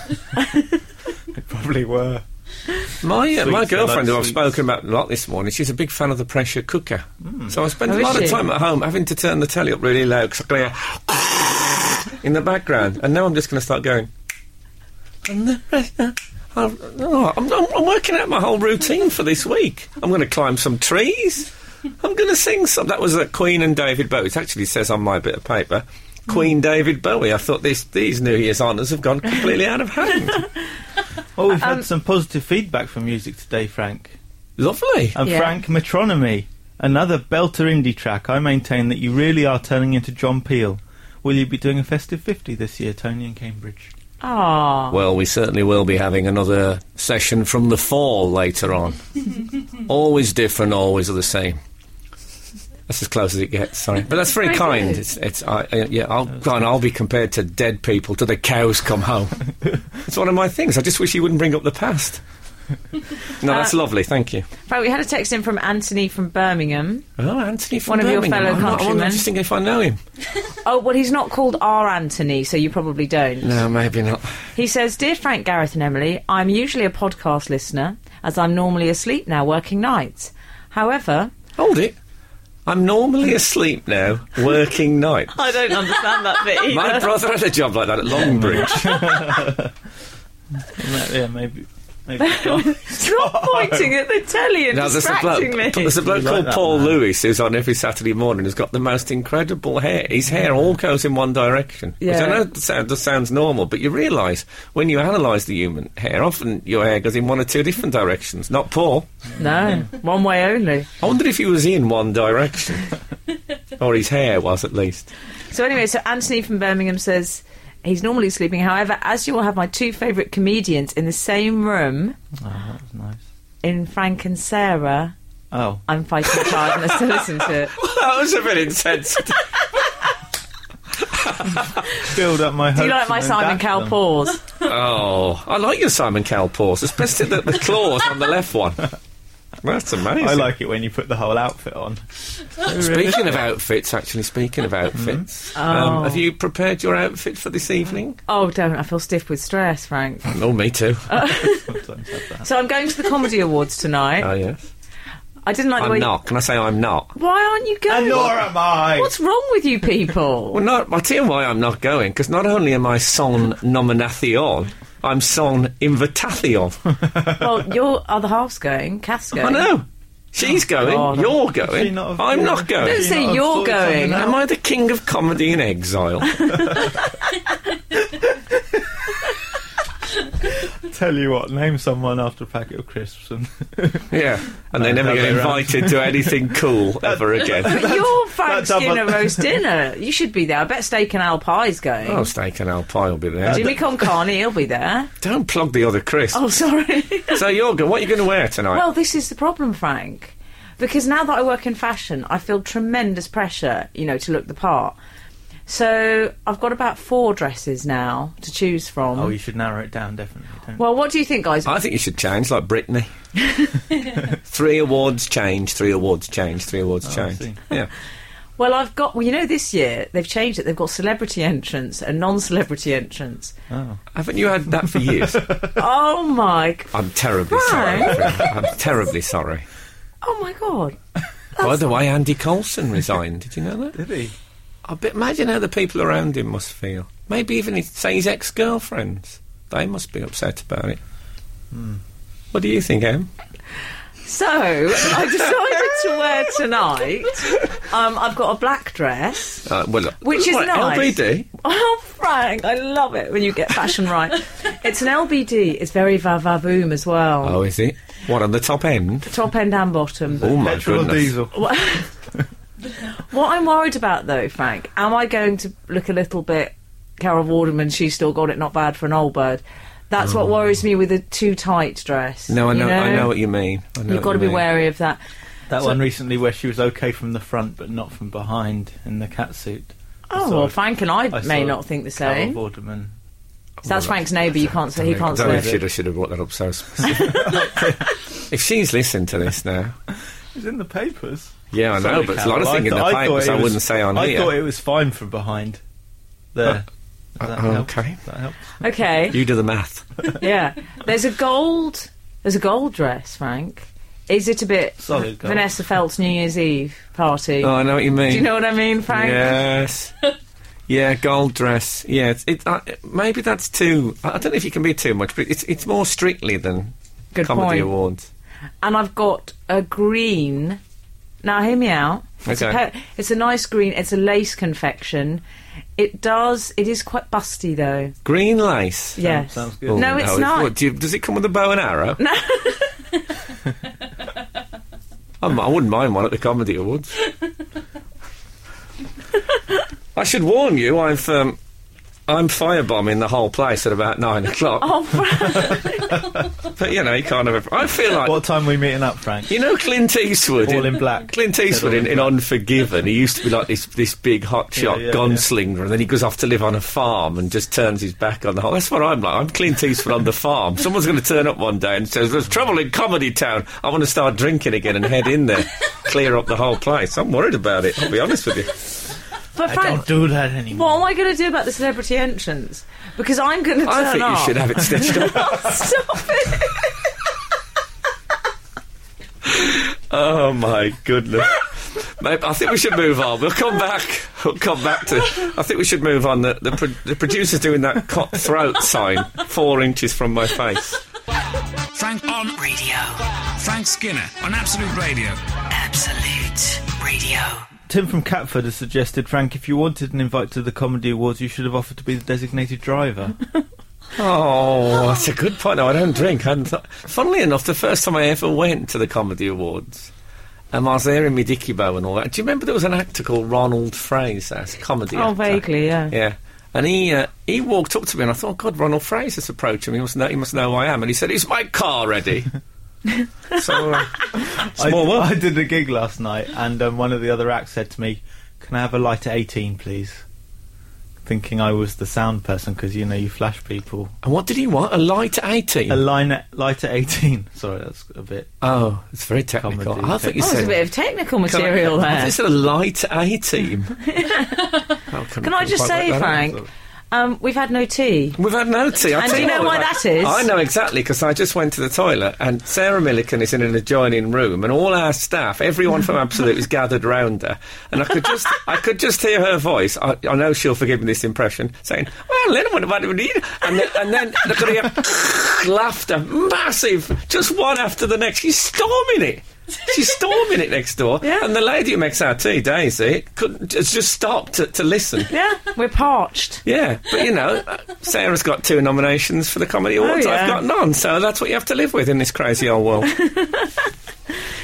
S5: They probably were.
S3: My uh, my
S5: Sweets, I like
S3: girlfriend, who I've
S5: sweets.
S3: spoken about a lot this morning, she's a big fan of the pressure cooker. So I spend
S4: Oh,
S3: a
S4: is
S3: lot of
S4: she?
S3: time at home having to turn the telly up really loud because I can hear in the background. And now I'm just going to start going. And the pressure. I've- oh, I'm, I'm, I'm working out my whole routine for this week. I'm going to climb some trees. I'm going to sing some. That was a Queen and David Bowie. It actually says on my bit of paper,
S4: Hmm.
S3: Queen David Bowie. I thought this, these New Year's honours have gone completely out of hand.
S5: Well, we've had some positive feedback from music today, Frank.
S3: Lovely.
S5: And
S4: Yeah.
S5: Frank Metronomy, another belter indie track. I maintain that you really are turning into John Peel. Will you be doing a festive 50 this year, Tony, in Cambridge?
S4: oh.
S3: Well, we certainly will be having another session from the fall later on. always different, always the same. That's as close as it gets. Sorry, but that's very
S4: Very
S3: kind.
S4: good.
S3: It's, it's, I, I, yeah. I'll, God, I'll be compared to dead people till the cows come home. it's one of my things. I just wish you wouldn't bring up the past.
S4: Uh,
S3: No, that's lovely. Thank you.
S4: Frank, we had a text in from Anthony from Birmingham.
S3: Oh, Anthony from
S4: One of your
S3: Birmingham.
S4: fellow
S3: I'm not- I'm
S4: countrymen.
S3: just thinking if I know him.
S4: Oh, well, he's not called R. Anthony, so you probably don't.
S3: No, maybe not.
S4: He says, Dear Frank, Gareth, and Emily, I'm usually a podcast listener, as I'm normally asleep now working nights. However,
S3: Hold it. I'm normally asleep now, working night.
S4: I don't understand that bit
S3: My brother had a job like that at Longbridge.
S5: Ma- Yeah, maybe. maybe John.
S4: Stop pointing at the telly and
S3: Now, there's a bloke,
S4: distracting me.
S3: there's a bloke
S5: You like
S3: called
S5: that,
S3: Paul
S5: man.
S3: Lewis who's on every Saturday morning who's got the most incredible hair. His hair all goes in one direction. Which I
S4: Yeah.
S3: know that sound, that sounds normal, but you realise when you analyse the human hair, often your hair goes in one or two different directions. Not Paul.
S4: No, one way only.
S3: I wonder if he was in one direction. or his hair was, at least.
S4: So anyway, so Anthony from Birmingham says he's normally sleeping. However, as you will have my two favourite comedians in the same room
S5: Oh, that was nice.
S4: in Frank and Sarah,
S5: Oh.
S4: I'm fighting hardness to listen to it.
S3: that was a bit intense.
S5: Build up my
S4: Do you like
S5: hopes
S4: my
S5: and then
S4: Simon
S5: dash
S4: Cowell
S5: them.
S4: pause?
S3: oh, I like your Simon Cowell pause, especially the, the claws on the left one. That's amazing.
S5: I like it when you put the whole outfit on.
S3: Speaking of outfits, actually, speaking of outfits,
S4: Oh.
S3: um, have you prepared your outfit for this evening?
S4: Oh, don't. I feel stiff with stress, Frank.
S3: Oh, me too.
S5: Sometimes have that.
S4: So I'm going to the Comedy Awards tonight.
S3: oh, yes.
S4: I didn't like the way.
S3: I'm not. Can I say I'm not?
S4: Why aren't you going?
S5: And nor am I.
S4: What's wrong with you people?
S3: Well, no, I'll tell you why I'm not going, because not only am I son nomination, I'm son invitation.
S4: well, your other half's going. Cass going.
S3: I know. She's going,
S4: God.
S3: you're going,
S5: She not-
S3: I'm not
S5: She
S3: going.
S4: Don't say
S5: not
S4: you're
S5: thought something
S4: going.
S5: out?
S3: Am I the king of comedy in exile?
S5: Tell you what, name someone after a packet of crisps and
S3: yeah. And they
S5: No,
S3: never
S5: that
S3: get
S5: way round.
S3: invited to anything cool ever again.
S4: But your Frank
S5: that's up
S4: Skinner
S5: on-
S4: roast dinner. You should be there. I bet Steak and Al Pie's going.
S3: Oh, steak and alpie will be there.
S4: Jimmy Concarney, he'll be there.
S3: Don't plug the other Chris.
S4: Oh, sorry.
S3: So you're go- what are you going to wear tonight?
S4: well, this is the problem, Frank. Because now that I work in fashion, I feel tremendous pressure, you know, to look the part. So I've got about four dresses now to choose from.
S5: Oh, you should narrow it down definitely. Don't
S4: well, what do you think, guys?
S3: I think you should change like Britney. three awards change, three awards change, three awards
S5: Oh, I
S3: change.
S5: see.
S3: Yeah.
S4: Well, I've got. Well, you know, this year they've changed it. They've got celebrity entrance and non-celebrity entrance.
S3: Haven't you had that for years?
S4: oh my! g-
S3: I'm terribly sorry. I'm terribly sorry.
S4: Oh my God!
S3: By the way, Andy Coulson resigned. Did you know that?
S5: Did he?
S3: I bet, imagine how the people around him must feel. Maybe even his, say his ex-girlfriends. They must be upset about it.
S5: Hmm.
S3: What do you think, Em?
S4: So I decided to wear tonight. Um, I've got a black dress.
S3: Uh, well,
S4: Which is
S3: what,
S4: nice.
S3: LBD.
S4: Oh, Frank, I love it when you get fashion right. it's an LBD. It's very va va boom as well.
S3: Oh, is it? What on the top end?
S4: Top end and bottom.
S3: Oh my
S5: Petrol or
S3: goodness!
S5: diesel?
S4: What I'm worried about though, Frank, am I going to look a little bit Carol Warderman? She's still got it. Not bad for an old bird. That's what worries me with a too tight dress.
S3: Oh. No, I
S4: you
S3: know, I know what you mean. I know
S4: You've got to
S3: what
S4: be
S3: you mean.
S4: wary of that.
S5: That one recently where she was okay from the front but not from behind in the catsuit. I
S4: Oh
S5: saw
S4: well,
S5: it.
S4: Frank and I,
S5: I
S4: may
S5: saw
S4: not think the
S5: Carol
S4: same.
S5: Vorderman.
S4: So that's Frank's neighbour. You can't. He
S3: I
S4: can't.
S3: don't know if
S4: say it.
S3: she'd- I should have brought that up so specific. if she's listened to this now,
S5: It's in the papers.
S3: yeah, I know,
S5: Sorry,
S3: but it's a
S5: Carol,
S3: lot of
S5: I
S3: things in the
S5: thought- I
S3: papers
S5: thought it
S3: I
S5: was-
S3: wouldn't say on
S5: I
S3: here.
S5: thought it was fine from behind. There. That
S3: oh,
S5: helps.
S3: okay.
S5: That helps.
S4: Okay.
S3: You do the math.
S4: yeah. There's a gold. There's a gold dress, Frank. Is it a bit
S5: Solid gold.
S4: Vanessa Felt's New Year's Eve party?
S3: Oh, I know what you mean.
S4: Do you know what I mean, Frank?
S3: Yes. yeah, gold dress. Yeah, it's, it, uh, maybe that's too. I I don't know if you can be too much, but it's it's more strictly than
S4: Good
S3: comedy
S4: point.
S3: awards.
S4: And I've got a green. Now hear me out. It's,
S3: Okay.
S4: a pe- it's a nice green. It's a lace confection. It does. It is quite busty though.
S3: Green lace.
S4: yes.
S5: sounds good.
S3: Oh,
S4: no, it's
S3: it-
S4: not.
S3: what, do you- does it come with a bow and arrow? No. I'm, I wouldn't mind one at the comedy awards. I should warn you, I've um, I'm firebombing the whole place at about nine o'clock.
S4: Oh, Frank.
S3: But you know, you can't have. A, I feel like
S5: What time are we meeting up, Frank?
S3: You know Clint Eastwood.
S5: All in black.
S3: Clint
S5: Said
S3: Eastwood
S5: all
S3: in,
S5: in
S3: in Unforgiven. He used to be like this this big hotshot
S5: Yeah, yeah,
S3: gunslinger, and then he goes off to live on a farm and just turns his back on the whole. That's what I'm like. I'm Clint Eastwood on the farm. Someone's going to turn up one day and says, "There's trouble in Comedy Town. I want to start drinking again and head in there, clear up the whole place." I'm worried about it. I'll be honest with you.
S4: but
S5: I don't
S4: Frank,
S5: do that anymore.
S4: what am I going to do about the celebrity entrance? Because I'm going to turn
S3: I think you
S4: up.
S3: should have it stitched up.
S4: Stop it.
S3: Oh my goodness. Mate, I think we should move on. We'll come back. We'll come back to. I think we should move on. The, the, pro- the producer's doing that cut throat sign four inches from my face.
S1: Frank on
S2: Radio.
S1: Frank Skinner on Absolute Radio.
S2: Absolute Radio.
S5: Tim from Catford has suggested, Frank, if you wanted an invite to the Comedy Awards, you should have offered to be the designated driver.
S3: Oh, that's a good point. No, I don't drink. I hadn't thought. Funnily enough, the first time I ever went to the Comedy Awards, um, I was there in my dicky bow and all that. Do you remember there was an actor called Ronald Fraser? It's a comedy
S4: Oh,
S3: actor.
S4: vaguely, yeah.
S3: Yeah. And he uh, he walked up to me and I thought, "Oh, God, Ronald Fraser's approaching me. He must know, he must know who I am. And he said, Is my car ready? so, uh,
S5: I,
S3: small world.
S5: I did a gig last night, and um, one of the other acts said to me, "Can I have a light at eighteen, please?" thinking I was the sound person because you know you flash people.
S3: And what did he want? A light 18?
S5: A line at, light at eighteen. Sorry, that's a bit.
S3: oh, it's very technical.
S5: Comedy.
S3: I think you
S4: That was Oh, a
S3: said...
S4: bit of technical material
S3: I
S4: there.
S3: just said a light Oh, A team.
S4: Can I just say, Frank, um, we've had no tea.
S3: We've had no tea. I
S4: And
S3: tell
S4: do you know
S3: what,
S4: why that is?
S3: I know exactly because I just went to the toilet and Sarah Milliken is in an adjoining room and all our staff, everyone from Absolute, is gathered round her. And I could just, I could just hear her voice. I, I know she'll forgive me this impression, saying, "Well, then what about it?" And then, and then I could hear laughter, massive, just one after the next. She's storming it. She's storming it next door,
S4: Yeah.
S3: and the lady who makes our tea, Daisy, couldn't has just stopped to, to listen.
S4: Yeah, we're parched.
S3: Yeah, but you know, Sarah's got two nominations for the Comedy Awards.
S4: yeah.
S3: I've got none, so that's what you have to live with in this crazy old world.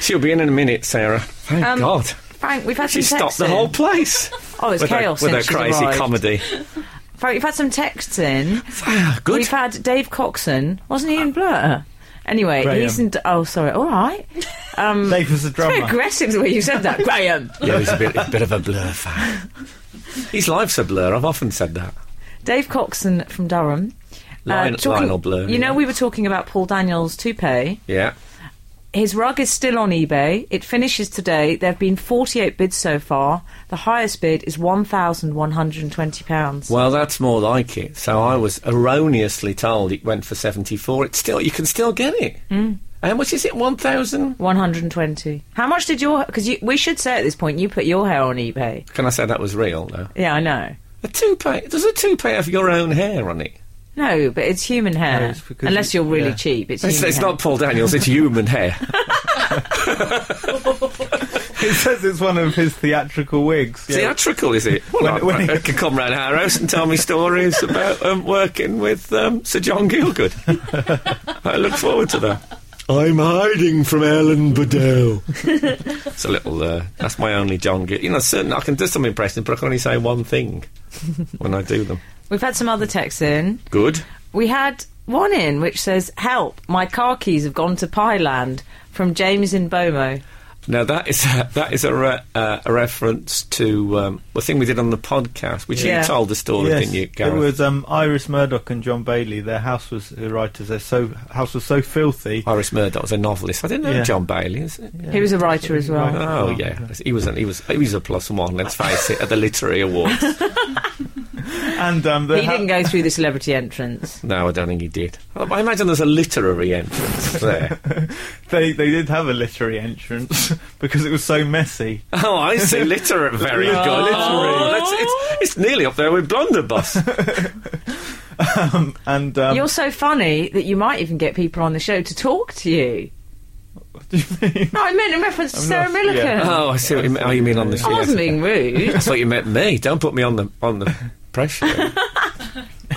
S3: She'll be in in a minute, Sarah. Thank
S4: Um,
S3: God.
S4: Frank, we've had
S3: She
S4: some
S3: stopped
S4: texts
S3: the
S4: in.
S3: whole place.
S4: Oh, it's
S3: with her-
S4: chaos
S3: with
S4: since
S3: her
S4: she's
S3: crazy
S4: arrived.
S3: comedy.
S4: Frank, you've had some texts in.
S3: Ah, good.
S4: We've had Dave Coxon. Wasn't he in Blur? Anyway,
S5: Graham.
S4: he's in. D- oh, sorry. All right. Um,
S5: Dave was the
S4: very
S5: drummer.
S4: aggressive the way you said that, Graham.
S3: Yeah, he's a bit, a bit of a blur fan. His life's a blur. I've often said that.
S4: Dave Coxon from Durham. Uh,
S3: Lion- Lionel Blur,
S4: You know,
S3: yeah.
S4: we were talking about Paul Daniels' toupee.
S3: Yeah.
S4: His rug is still on eBay. It finishes today. There have been 48 bids so far. The highest bid is £1,120.
S3: Well, that's more like it. So I was erroneously told it went for seventy-four. It's still you can still get it.
S4: Hmm.
S3: Mm. How much is it? One thousand?
S4: 120. How much did your? Because you, we should say at this point, you put your hair on eBay.
S3: Can I say that was real though?
S4: Yeah, I know.
S3: A toupee? Does a toupee have your own hair on it?
S4: No, but it's human hair.
S5: No, it's because
S4: Unless
S5: you-
S4: you're really
S5: yeah.
S4: cheap, it's,
S3: It's,
S4: human
S3: it's
S4: hair.
S3: not Paul Daniels, it's human hair.
S5: He says it's one of his theatrical wigs. Yeah.
S3: Theatrical, is it? Well,
S5: When-
S3: I,
S5: when
S3: I
S5: he-
S3: can come round our house and tell me stories about um, working with um, Sir John Gielgud. I look forward to that. I'm hiding from Ellen Bedell. it's a little. Uh, that's my only John Gielgud. You know, certain I can do some impressions, but I can only say one thing when I do them.
S4: We've had some other texts in.
S3: Good.
S4: We had one in which says, "Help! My car keys have gone to Pyland." From James in Bomo.
S3: Now that is a, that is a re- uh, a reference to um, the thing we did on the podcast, which
S4: Yeah.
S3: you told the story,
S5: Yes,
S3: didn't you,
S5: it
S3: Gareth?
S5: was um, Iris Murdoch and John Bailey. Their house was the writers. Their so house was so filthy.
S3: Iris Murdoch was a novelist. I didn't know
S5: Yeah.
S3: John Bailey. Is it?
S4: He was a writer as well.
S3: Oh yeah, he was. An, he was. He was a plus one. Let's face it, at the literary awards.
S5: And um,
S4: He
S5: the
S4: didn't go through the celebrity entrance.
S3: no, I don't think he did. I imagine there's a literary entrance there.
S5: they they did have a literary entrance because it was so messy.
S3: oh, I see. Literary, very good.
S5: Oh.
S3: Literary. That's, it's, it's nearly up there with Blunderbuss.
S5: And um,
S4: You're so funny that you might even get people on the show to talk to you.
S5: what do you mean?
S4: No, I meant in reference to
S5: I'm
S4: Sarah
S5: not-
S4: Millican.
S5: yeah.
S3: oh, I see. What you, mean- oh, you mean on the?
S4: I wasn't being rude.
S3: That's what you meant me. Don't put me on the on the pressure.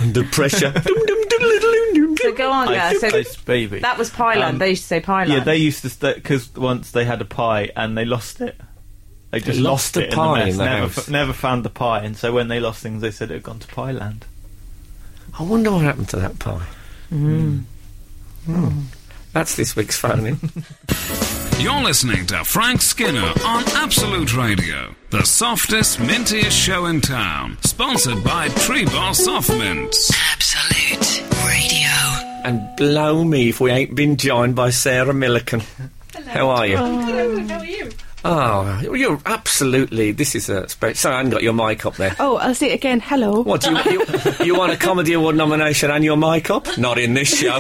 S3: Under pressure. Dum, dum, doodle-doodle-doom, doom,
S4: So
S3: doom.
S4: go on,
S5: Ice
S4: guys. Oh, So
S5: Ice baby.
S4: that was Pyland.
S5: Um,
S4: they used to say Pyland.
S5: yeah, they used to because once they had a pie and they lost it. They just
S3: lost
S5: lost,
S3: the
S5: it
S3: pie
S5: in
S3: in
S5: the mess.
S3: the
S5: never,
S3: house.
S5: f- never found the pie, and so when they lost things, they said it had gone to Pie Land.
S3: I wonder what happened to that pie.
S6: Mm.
S3: Hmm. That's this week's phoning.
S1: You're listening to Frank Skinner on Absolute Radio, the softest, mintiest show in town. Sponsored by Tree Bar Soft Mints.
S2: Absolute Radio.
S3: and blow me if we ain't been joined by Sarah Milliken. How are you?
S6: Oh, How are you?
S3: Oh, you're absolutely. This is a special. Sorry, I haven't got your mic up there.
S6: Oh, I'll say it again. Hello.
S3: What do you, you you want a comedy award nomination and your mic up? Not in this show.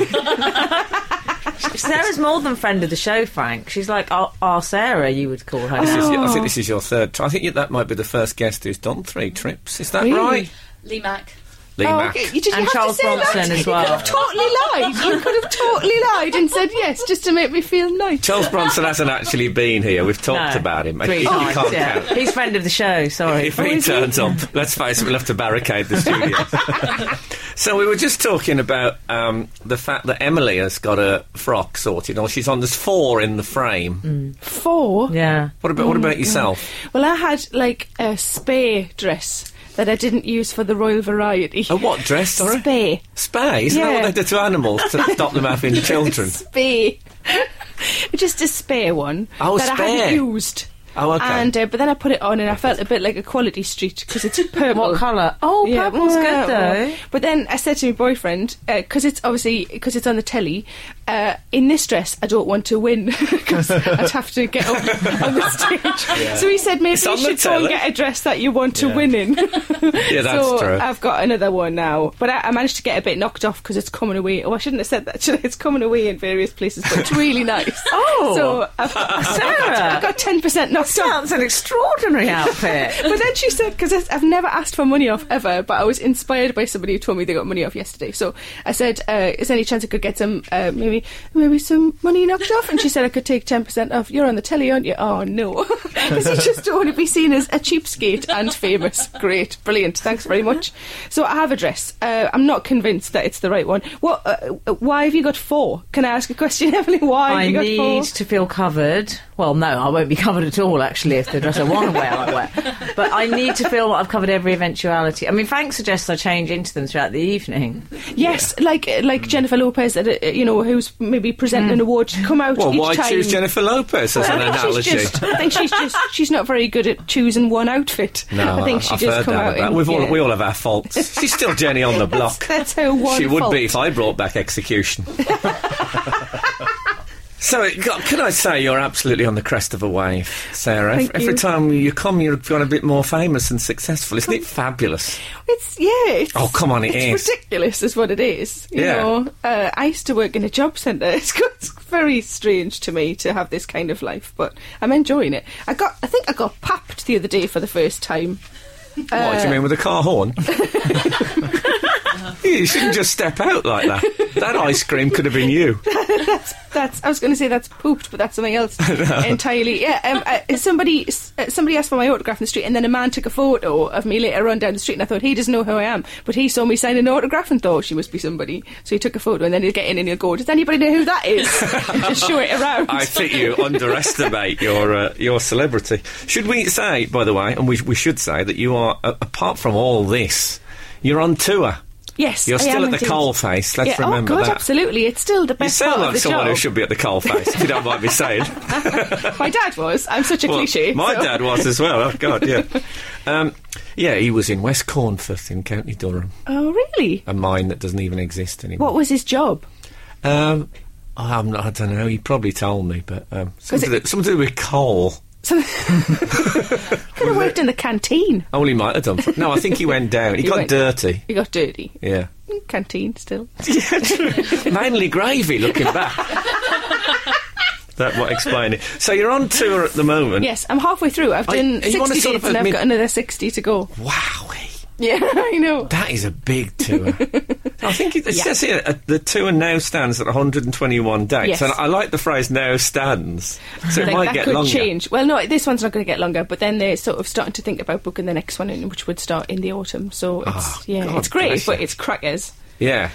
S4: Sarah's more than friend of the show, Frank. She's like our, our Sarah, you would call her.
S3: This
S4: now.
S3: is your- I
S6: Oh.
S3: think this is your third. Tri- I think that might be the first guest who's done three trips. Is that
S6: Really?
S3: right?
S6: Lee Mack.
S3: Lee
S6: Oh,
S3: Mack.
S6: okay. You, did you
S4: And
S6: have
S4: Charles
S6: to say
S4: Bronson
S6: that?
S4: as
S6: You
S4: well.
S6: could have totally lied. You could have totally lied and said yes just to make me feel nice.
S3: Charles Bronson hasn't actually been here. We've
S4: No,
S3: talked about him.
S4: Three
S3: You
S4: times,
S3: can't
S4: yeah.
S3: count.
S4: He's friend of the show, sorry.
S3: If he turns up, let's face it, we'll have to barricade the studio. so we were just talking about um, the fact that Emily has got a frock sorted, or she's on. There's four in the frame.
S6: Mm. Four.
S4: yeah.
S3: What about
S6: Oh
S3: what about yourself?
S6: Well, I had like a spare dress that I didn't use for the royal variety.
S3: A what dress? Sorry,
S6: Spare.
S3: spay. Isn't that
S6: Yeah.
S3: what they do to animals to stop them having children?
S6: Spare. just a spare one
S3: Oh,
S6: that I
S3: spare.
S6: hadn't used.
S3: Oh, okay.
S6: And uh, but then I put it on and I felt a bit like a quality street because it's purple.
S4: What colour? Oh, purple's good
S6: purple.
S4: though.
S6: But then I said to my boyfriend because it's obviously because it's on the telly. Uh, in this dress, I don't want to win because I'd have to get up on the stage. So he said maybe
S3: It's
S6: you
S3: on the
S6: should go and
S3: telly.
S6: get a dress that you want to
S5: Yeah.
S6: win in.
S3: yeah, that's
S6: so uh,
S3: true.
S6: I've got another one now, but I, I managed to get a bit knocked off because it's coming away. Oh, I shouldn't have said that. should I? It's coming away in various places, but it's really nice.
S4: Oh.
S6: so I've got,
S4: Sarah.
S6: I've got ten percent knocked off.
S4: That's an extraordinary outfit.
S6: But then she said, because I've never asked for money off ever, but I was inspired by somebody who told me they got money off yesterday. So I said, uh, "Is there any chance I could get some, uh, maybe, maybe some money knocked off?" And she said, "I could take ten percent off." You're on the telly, aren't you? Oh no, because you just don't want to be seen as a cheapskate and famous. Great, brilliant, thanks very much. So I have a dress. Uh, I'm not convinced that it's the right one. What? Uh, uh, why have you got four? Can I ask a question, Evelyn? Why have
S4: I
S6: you got four?
S4: need to feel covered. Well, no, I won't be covered at all, actually, if the dress I want to wear, I wear. But I need to feel that I've covered every eventuality. I mean, Frank suggests I change into them throughout the evening.
S6: Yes, like eh, like
S3: Mm.
S6: Jennifer Lopez, at a, you know, who's maybe presenting an award, come out
S3: well,
S6: each
S3: why
S6: time.
S3: choose Jennifer Lopez as an
S6: I think, she's
S3: analogy?
S6: just, I think she's just she's not very good at choosing one outfit.
S3: No,
S6: I think she
S3: I've
S6: just
S3: heard
S6: come
S3: that.
S6: out.
S3: about-
S6: and-
S3: We've all,
S6: yeah.
S3: We all have our faults. She's still Jenny on the block.
S6: That's her one.
S3: She would
S6: fault.
S3: be if I brought back execution. So, it got- can I say you're absolutely on the crest of a wave, Sarah?
S6: Thank
S3: every every
S6: you.
S3: time you come, you've gone a bit more famous and successful. Isn't it fabulous?
S6: It's yeah. It's,
S3: Oh, come on, it
S6: it's
S3: is.
S6: ridiculous, is what it is. You
S3: Yeah.
S6: know, uh, I used to work in a job centre. It's, got- it's very strange to me to have this kind of life, but I'm enjoying it. I got, I think I got papped the other day for the first time. Uh,
S3: what do you mean with a car horn? you shouldn't just step out like that. That ice cream could have been you.
S6: That's. I was going to say that's pooped, but that's something else entirely. Yeah. Um, I, somebody s- uh, somebody asked for my autograph in the street, and then a man took a photo of me later on down the street, and I thought he doesn't know who I am, but he saw me sign an autograph and thought she must be somebody. So he took a photo, and then he'll get in and he'll go, "Does anybody know who that is?" and just show it around.
S3: I think you underestimate your uh, your celebrity. Should we say, by the way, and we, we should say that you are, a apart from all this, you're on tour.
S6: yes,
S3: You're
S6: I
S3: still
S6: am
S3: at the
S6: indeed.
S3: coalface. Let's
S6: Yeah,
S3: remember
S6: oh god,
S3: that.
S6: absolutely. It's still the
S3: You
S6: best
S3: sound
S6: part
S3: like
S6: of the
S3: someone who
S6: job.
S3: should be at the coalface, if you don't mind me saying.
S6: My dad was. I'm such a
S3: Well,
S6: cliche.
S3: my
S6: so-
S3: dad was as well. Oh God, yeah. Um, yeah, he was in West Cornforth in County Durham,
S6: Oh really?
S3: a mine that doesn't even exist anymore.
S6: What was his job?
S3: Um, I'm not, I don't know. He probably told me, but um, something,
S6: it-
S3: to do- something to do with coal.
S6: So, could have worked in the canteen.
S3: Only Oh, might have done. For, no, I think he went down. He,
S6: He
S3: got
S6: went-
S3: dirty.
S6: He got dirty.
S3: Yeah,
S6: Canteen still.
S3: mainly gravy. Looking back, that might explain it. So you're on tour at the moment.
S6: Yes, I'm halfway through. I've
S3: Are-
S6: done
S3: are you on a
S6: 60
S3: sort of
S6: dates and
S3: a
S6: I've
S3: mid-
S6: got another 60 to go.
S3: Wowie.
S6: Yeah, I know.
S3: That is a big tour. I think it, it says here uh, the tour now stands at 121 dates,
S6: Yes.
S3: and I like the phrase "now stands," so it
S6: Like,
S3: might
S6: that
S3: get
S6: could
S3: longer.
S6: change. Well, no, this one's not going to get longer, but then they're sort of starting to think about booking the next one, in, which would start in the autumn. So it's,
S3: Oh,
S6: yeah,
S3: God
S6: it's great,
S3: bless you.
S6: but it's crackers.
S3: Yeah,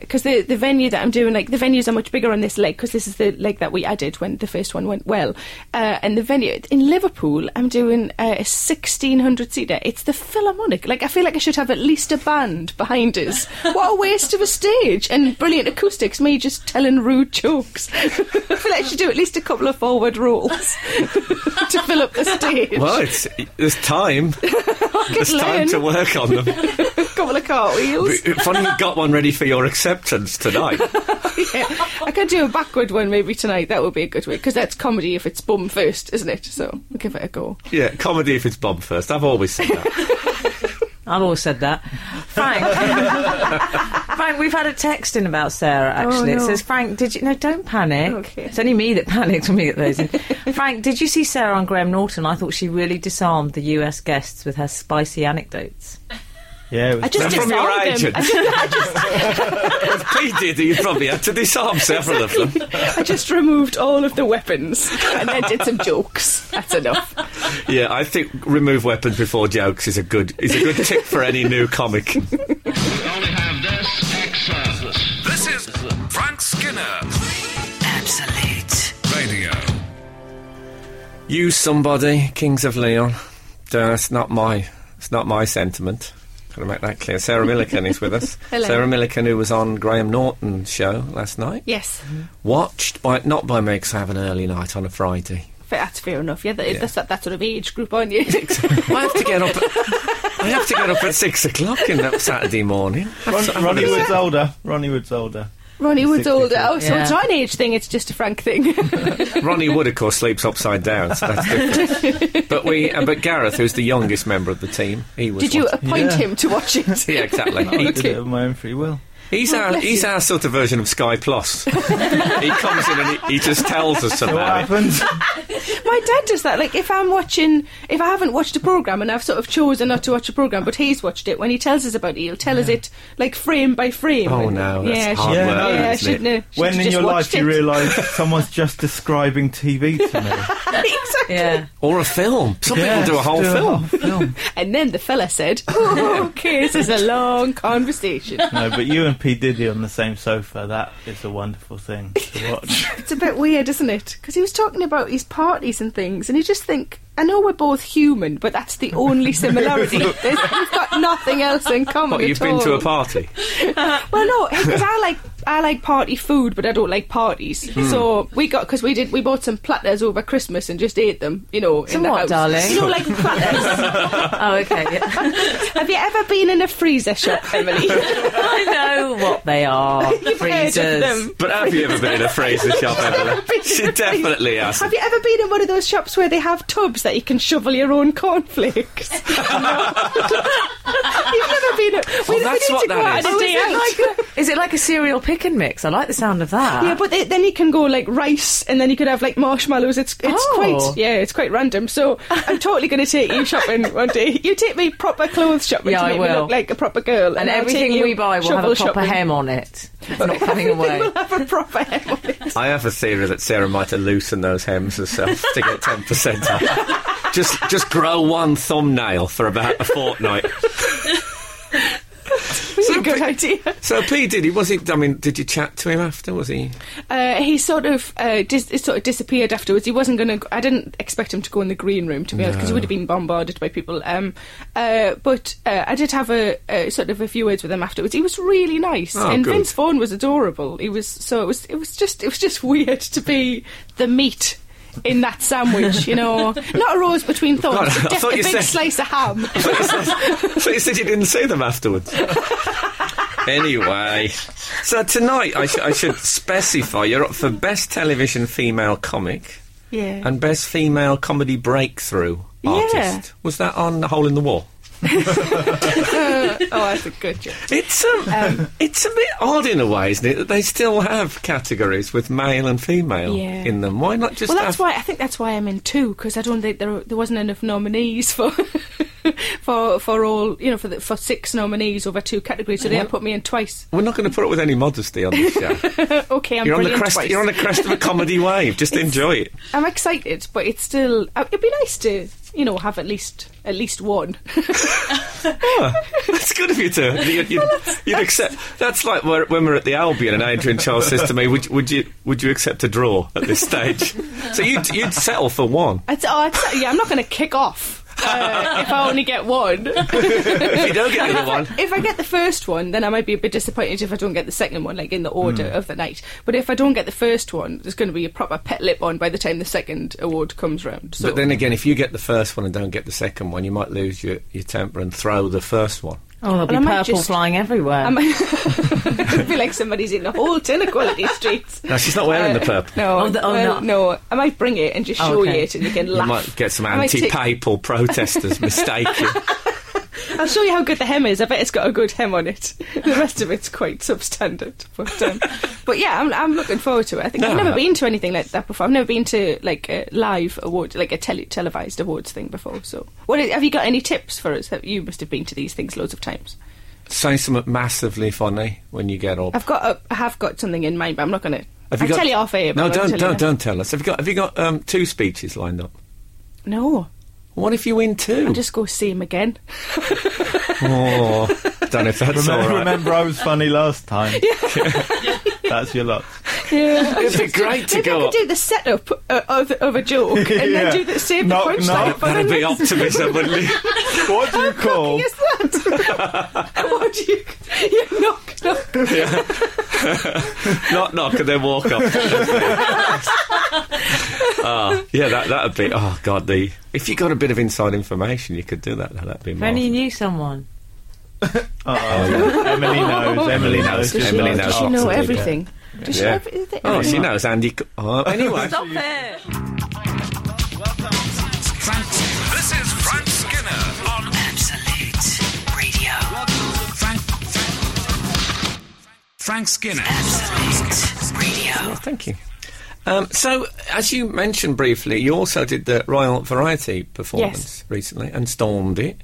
S6: because Uh, the the venue that I'm doing, like the venues are much bigger on this leg because this is the leg that we added when the first one went well. Uh, and the venue in Liverpool, I'm doing uh, a 1600 seater. It's the Philharmonic. Like I feel like I should have at least a band behind us. what a waste of a stage and brilliant acoustics. Me just telling rude jokes. I feel like I should do at least a couple of forward rolls to fill up the stage.
S3: well, it's there's time. there's time
S6: learn.
S3: to work on them.
S6: A couple of cartwheels.
S3: But Funny you got one ready for your acceptance tonight.
S6: yeah. I could do a backward one maybe tonight. That would be a good way because that's comedy if it's bum first, isn't it? So we'll give it a go.
S3: yeah, comedy if it's bomb first. I've always said that.
S4: I've always said that. Frank, Frank, we've had a text in about Sarah. Actually,
S6: Oh, no. Oh,
S4: it says, "Frank, did you? No, don't panic.
S6: Okay.
S4: It's only me that panics when we get those in." Frank, did you see Sarah on Graham Norton? I thought she really disarmed the US guests with her spicy anecdotes.
S5: Yeah, it was
S6: I just
S3: That's from your
S6: disarmed him.
S3: agent.
S6: I just,
S3: With P Diddy, you probably had to disarm several of them.
S6: I just removed all of the weapons and then did some jokes. That's enough.
S3: Yeah, I think remove weapons before jokes is a good is a good tip for any new comic.
S1: This is Frank Skinner
S2: Absolute.
S1: Radio.
S3: You somebody, Kings of Leon. Uh, it's not my it's not my sentiment. Gotta make that clear. Sarah Milliken is with us.
S6: Hello.
S3: Sarah Milliken who was on Graham Norton's show last night.
S6: Yes.
S3: Watched by not by me because I have an early night on a Friday.
S6: Fair- That's fair enough. Yeah, that, that's that, that sort of age group, aren't you?
S3: I have to get up. I have to get up at six o'clock in that Saturday morning.
S5: Ron, Ronnie Wood's older. Ronnie Wood's older.
S6: Ronnie Wood's
S5: 62.
S6: older. Oh, so
S4: Yeah.
S6: it's not an age thing. It's just a Frank thing.
S3: Ronnie Wood, of course, sleeps upside down, so that's different. but we, uh, but Gareth, who's the youngest member of the team, he was.
S6: Did you
S3: one-
S6: appoint
S5: Yeah.
S6: him to watch it?
S3: Yeah, exactly.
S5: I
S3: He-
S5: did it of my own free will.
S3: he's our
S6: bless
S3: he's
S6: you.
S3: our sort of version of Sky Plus. he comes in and he, he just tells us
S5: So what
S3: about it.
S5: happens?
S6: My dad does that. Like, if I'm watching, if I haven't watched a program and I've sort of chosen not to watch a program, but he's watched it. When he tells us about it, he'll tell us it like frame by frame.
S3: Oh
S6: And-
S3: no, that's
S6: yeah,
S3: hard
S6: should-
S5: Yeah,
S3: work.
S5: no,
S6: yeah,
S3: isn't it?
S6: shouldn't have- should
S5: when
S6: have
S5: in
S6: just
S5: your
S6: watched
S5: life you
S6: it.
S5: realise someone's just describing TV to me.
S6: exactly.
S4: Yeah.
S3: Or a film. Some
S5: Yeah,
S3: people do a whole
S5: do a
S3: film.
S5: whole film.
S6: And then the fella said, oh, "Okay, this is a long conversation.
S5: no, but you and P Diddy on the same sofa. That is a wonderful thing to watch.
S6: It's a bit weird, isn't it? Because he was talking about his parties and things, and you just think." I know we're both human, but that's the only similarity. There's- We've got nothing else in common.
S3: What,
S6: at
S3: you've been to a
S6: all.
S3: party?
S6: Well, no, because I like I like party food, but I don't like parties.
S4: Hmm.
S6: So we got because we did we bought some platters over Christmas and just ate them. You know, in the
S4: what,
S6: house.
S4: darling?
S6: You know, like platters.
S4: Oh, okay. Yeah.
S6: Have you ever been in a freezer shop, Emily?
S4: I know what they are.
S6: You've heard of
S4: freezers.
S6: them.
S3: But have you ever been in a Fraser shop, Evelyn?
S6: Been in
S3: She
S6: a
S3: definitely has.
S6: Have you ever been in one of those shops where they have tubs that you can shovel your own cornflakes? No. You've never been. A, we, we
S3: that's
S6: need
S3: what
S6: to go
S3: that
S6: out
S3: is.
S6: on a
S4: Oh,
S6: day out.
S4: is, it like a, is it like a cereal pick and mix? I like the sound of that.
S6: Yeah, but they, then you can go like rice, and then you could have like marshmallows. It's it's
S4: Oh.
S6: quite yeah, it's quite random. So I'm totally going to take you shopping one day. You take me proper clothes shopping
S4: Yeah,
S6: to
S4: I
S6: make me
S4: will.
S6: look like a proper girl,
S4: and
S6: I'll take
S4: everything
S6: you
S4: we buy will have a
S6: shovel
S4: proper
S6: shopping.
S4: hem on it. It's not coming away.
S6: We'll have a proper hem. on it.
S3: I have a theory that Sarah might have loosened those hems herself to get ten percent off. Just, just grow one thumbnail for about a fortnight.
S6: It's a good idea.
S3: So P Diddy was he? I mean, did you chat to him after? Was he?
S6: Uh, he sort of uh, dis- sort of disappeared afterwards. He wasn't going to. I didn't expect him to go in the green room to be honest, because he would have been bombarded by people. Um, uh, but uh, I did have a, a sort of a few words with him afterwards. He was really nice,
S3: Oh,
S6: and
S3: good.
S6: Vince Vaughn was adorable. He was so it was it was just it was just weird to be the meat. In that sandwich, you know, not a rose between
S3: God,
S6: thorns,
S3: I
S6: but just a
S3: thought you
S6: big
S3: said-
S6: slice of ham.
S3: So you said you didn't see them afterwards. anyway, so tonight I, sh- I should specify you're up for best television female comic
S6: yeah,
S3: and best female comedy breakthrough artist.
S6: Yeah.
S3: Was that on Hole in the Wall?
S6: oh, that's a good joke.
S3: It's um, it's a bit odd in a way, isn't it? That they still have categories with male and female
S6: Yeah.
S3: in them. Why not just?
S6: Well, that's
S3: have-
S6: why I think that's why I'm in two because I don't think there there wasn't enough nominees for for for all you know for the, for six nominees over two categories, so they put me in twice.
S3: We're not going to put up with any modesty on this show.
S6: Okay, I'm
S3: you're on the
S6: brilliant
S3: crest.
S6: twice.
S3: You're on the crest of a comedy wave. Just enjoy it.
S6: I'm excited, but it's still uh, it'd be nice to you know have at least at least one.
S3: Ah, That's good of you to. You'd, you'd, you'd accept. That's like where, when we're at the Albion, and Adrian Charles says to me, "Would, would you would you accept a draw at this stage?" so you'd, you'd settle for one.
S6: I'd, oh, I'd, yeah, I'm not going to kick off. Uh, if I only get one,
S3: If you don't get the one,
S6: if I get the first one, then I might be a bit disappointed if I don't get the second one, like in the order
S3: Hmm.
S6: of the night. But if I don't get the first one, there's going to be a proper pet lip on by the time the second award comes round. So
S3: but then again, if you get the first one and don't get the second one, you might lose your, your temper and throw the first one.
S4: Oh, there'll be
S6: Well, I might
S4: purple
S6: just-
S4: flying everywhere.
S6: I might feel like somebody's in the whole tin of quality streets. Uh,
S3: No, she's not wearing the purple.
S6: No,
S4: Oh, the- oh,
S6: well,
S4: no.
S6: no. I might bring it and just
S4: Oh,
S6: show
S4: okay.
S6: you it, and you can
S3: You
S6: laugh.
S3: might get some
S6: I might take-
S3: anti-papal protesters mistaken.
S6: I'll show you how good the hem is. I bet it's got a good hem on it. the rest of it's quite substandard. But, um, but yeah, I'm, I'm looking forward to it. I think I've
S3: No.
S6: never been to anything like that before. I've never been to like a live award, like a tele- televised awards thing before. So, what have you got any tips for us? Have- You must have been to these things loads of times.
S3: Say something massively funny when you get up.
S6: I've got, a, I have got something in mind, but I'm not going to.
S3: Have
S6: I'll tell you off air. but
S3: No,
S6: I'm not
S3: don't
S6: gonna tell you
S3: don't don't tell us. Have you got have you got um, two speeches lined up?
S6: now. No.
S3: What if you win two?
S6: I'll just go see him again.
S3: Oh, don't know if that's all
S5: Remember,
S3: right.
S5: remember I was funny last time. That's your lot.
S6: Yeah.
S3: It'd be great to
S6: Maybe I
S3: go.
S6: could
S3: up.
S6: do the setup uh, of, of a joke and
S5: Yeah.
S6: then do the same
S5: Knock, knock.
S6: punchline. for the
S3: That'd be
S6: next-
S3: optimism, wouldn't it?
S5: What do you call?
S6: Is that? what do you? You knock knock.
S3: Knock knock and then walk off. Ah, yeah, that that would be. Oh God, the if you got a bit of inside information, you could do that. now, That'd be.
S4: If only you
S3: marvellous.
S4: knew someone.
S5: Emily knows. Emily knows.
S6: Does she,
S3: Emily
S6: does
S3: knows
S6: she
S3: lots of
S6: know
S3: people.
S6: everything? Does she
S3: Yeah.
S6: know everything?
S3: Oh, she knows Andy. C- Oh, anyway,
S4: Stop it!
S1: Frank Skinner. This is Frank Skinner on
S2: Absolute Radio.
S1: Frank. Frank Skinner.
S2: Absolute Radio.
S3: thank you. Um, so, as you mentioned briefly, you also did the Royal Variety performance recently and stormed it.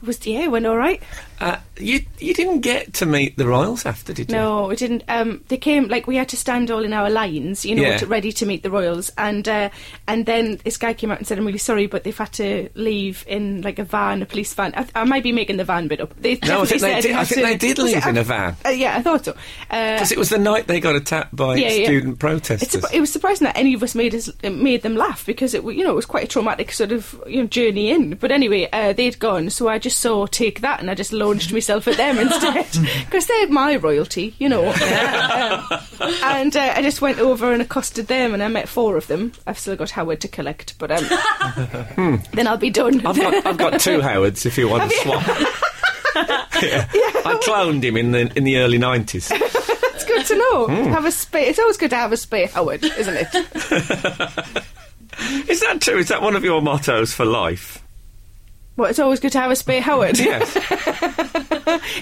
S6: It was yeah, it went all right.
S3: Uh, you you didn't get to meet the Royals after, did you?
S6: No, we didn't. Um, they came like we had to stand all in our lines, you know,
S3: Yeah.
S6: to, ready to meet the royals. And uh, and then this guy came out and said, "I'm really sorry, but they've had to leave in like a van, a police van." I, I might be making the van bit up. They
S3: No, I
S6: definitely
S3: think they
S6: said
S3: did,
S6: you
S3: I
S6: had
S3: think
S6: to-
S3: they did
S6: Was it
S3: leave in a
S6: af-
S3: van.
S6: Uh, yeah, I thought so. Uh,
S3: Because it was the night they got attacked by
S6: Yeah, yeah.
S3: student
S6: it's,
S3: protesters.
S6: it was surprising that any of us made us it made them laugh because it wa- you know it was quite a traumatic sort of you know journey in. But anyway, uh, they'd gone, so I just saw take that and I just launched myself at them instead because they're my royalty, you know. Um, and uh, I just went over and accosted them, and I met four of them. I've still got Howard to collect, but um, then I'll be done.
S3: Hmm. I've got I've got two Howards if you want to swap. Yeah. I cloned him in the in the early nineties.
S6: it's good to know.
S3: Hmm.
S6: Have a spare. It's always good to have a spare Howard, isn't it?
S3: Is that true? Is that one of your mottos for life?
S6: Well, it's always good to have a spare Howard.
S3: Yes.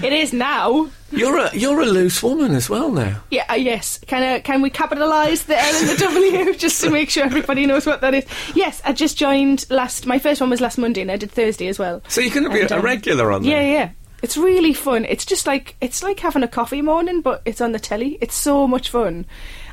S6: It is now.
S3: you're a you're a loose woman as well now.
S6: Yeah, uh, yes. Can uh, can we capitalise the L and the W just to make sure everybody knows what that is? Yes, I just joined last. My first one was last Monday, and I did Thursday as well.
S3: So you're going to be
S6: And,
S3: a
S6: um,
S3: regular on
S6: Yeah,
S3: there.
S6: yeah. It's really fun. It's just like it's like having a coffee morning, but it's on the telly. It's so much fun,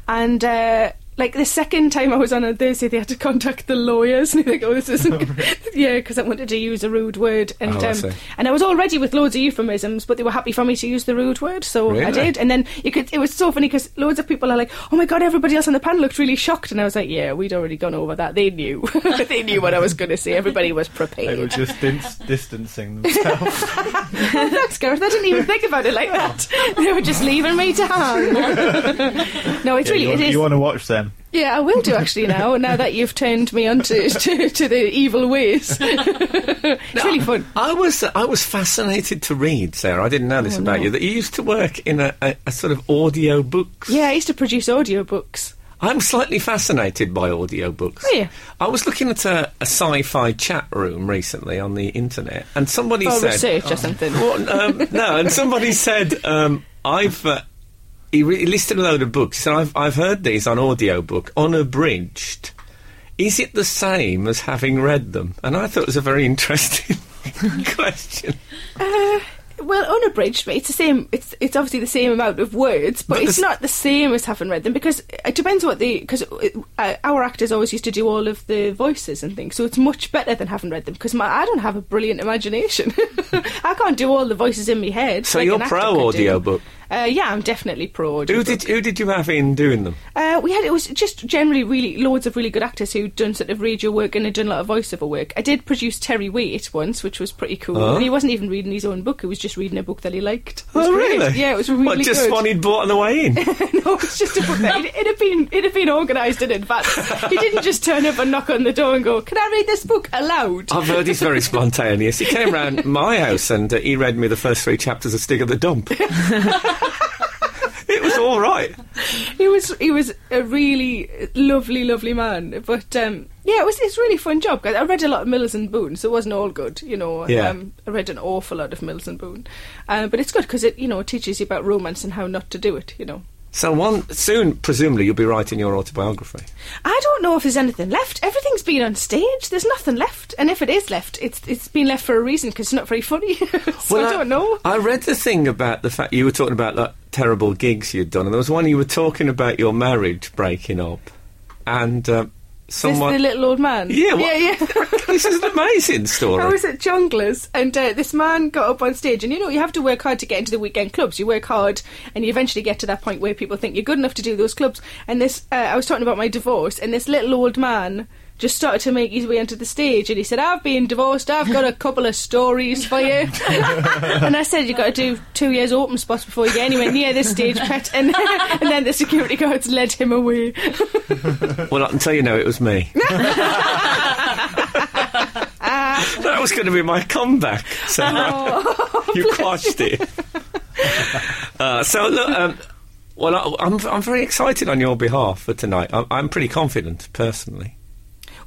S6: and. Uh, like the second time I was on on Thursday, they had to contact the lawyers, and they like, "Oh, this isn't, yeah," because I wanted to use a rude word, and
S3: Oh, I see.
S6: um, and I was already with loads of euphemisms, but they were happy for me to use the rude word, so I
S3: Really?
S6: did. And then you could, it was so funny because loads of people are like, "Oh my god, everybody else on the panel looked really shocked," and I was like, "Yeah, we'd already gone over that. They knew, they knew what I was going to say. Everybody was
S5: They were
S6: prepared."
S5: just dis- distancing themselves.
S6: Thanks, Gareth. I didn't even think about it like that. They were just leaving me to hang. no, it's really
S5: you,
S6: it
S5: want,
S6: is.
S5: you want to watch them?
S6: Yeah, I will do actually now. Now that you've turned me on to, to, to the evil ways, it's really fun.
S3: I was I was fascinated to read, Sarah. I didn't know
S6: Oh,
S3: this about you. That you used to work in a, a, a sort of audio books.
S6: Yeah, I used to produce audiobooks.
S3: I'm slightly fascinated by audiobooks.
S6: Are you?
S3: I was looking at a, a sci-fi chat room recently on the internet, and somebody
S6: Or
S3: said,
S6: research
S5: "Oh."
S6: or something.
S3: Well, um, "No," and somebody said, um, "I've." Uh, he, re- he listed a load of books, and I've I've heard these on audiobook, unabridged. Is it the same as having read them? And I thought it was a very interesting question.
S6: Well, unabridged, but it's the same. It's it's obviously the same amount of words, but,
S3: But
S6: it's
S3: the-
S6: not the same as having read them because it depends what the because uh, our actors always used to do all of the voices and things, so it's much better than having read them because my, I don't have a brilliant imagination. I can't do all the voices in my head.
S3: So
S6: like
S3: you're
S6: an actor
S3: pro
S6: could do.
S3: audiobook.
S6: Uh, yeah, I'm definitely pro.
S3: Who
S6: audiobook.
S3: did who did you have in doing them?
S6: Uh, we had it was just generally really loads of really good actors who'd done sort of radio work and had done a lot of voiceover work. I did produce Terry Waite once, which was pretty cool,
S3: Huh?
S6: and he wasn't even reading his own book; he was just reading a book that he liked. It was
S3: Oh,
S6: great.
S3: really?
S6: Yeah, it was really
S3: what, just
S6: good.
S3: one he'd bought on the way in.
S6: no, it was just a book that it, it had been it had been organised in advance. he didn't just turn up and knock on the door and go, "Can I read this book aloud?"
S3: I've heard he's very spontaneous. He came round my house and uh, he read me the first three chapters of Stig of the Dump. it was all right.
S6: he was he was a really lovely, lovely man. But um, yeah, it was it's a really fun job. 'cause I read a lot of Mills and Boone, so it wasn't all good, you know.
S3: Yeah.
S6: Um, I read an awful lot of Mills and Boone, uh, but it's good because it you know teaches you about romance and how not to do it, you know.
S3: So one soon, presumably, you'll be writing your autobiography.
S6: I don't know if there's anything left. Everything's been on stage. There's nothing left, and if it is left, it's it's been left for a reason because it's not very funny. so I don't know.
S3: I read the thing about the fact you were talking about like, terrible gigs you'd done, and there was one you were talking about your marriage breaking up, and um,
S6: This
S3: someone.
S6: the little old man.
S3: yeah,
S6: yeah,
S3: what-
S6: yeah.
S3: this is an amazing story.
S6: I was at Jonglers, and uh, this man got up on stage, and you know you have to work hard to get into the weekend clubs. You work hard, and you eventually get to that point where people think you're good enough to do those clubs. And this, uh, I was talking about my divorce, and this little old man just started to make his way onto the stage and he said, I've been divorced, I've got a couple of stories for you. and I said, You've got to do two years open spots before you get anywhere near this stage, pet. And, and then the security guards led him away.
S3: Well, I can tell you now, it was me. that was going to be my comeback. So uh,
S6: Oh.
S3: you quashed it. Uh, so look, um, well, I, I'm I'm very excited on your behalf for tonight. I'm, I'm pretty confident personally.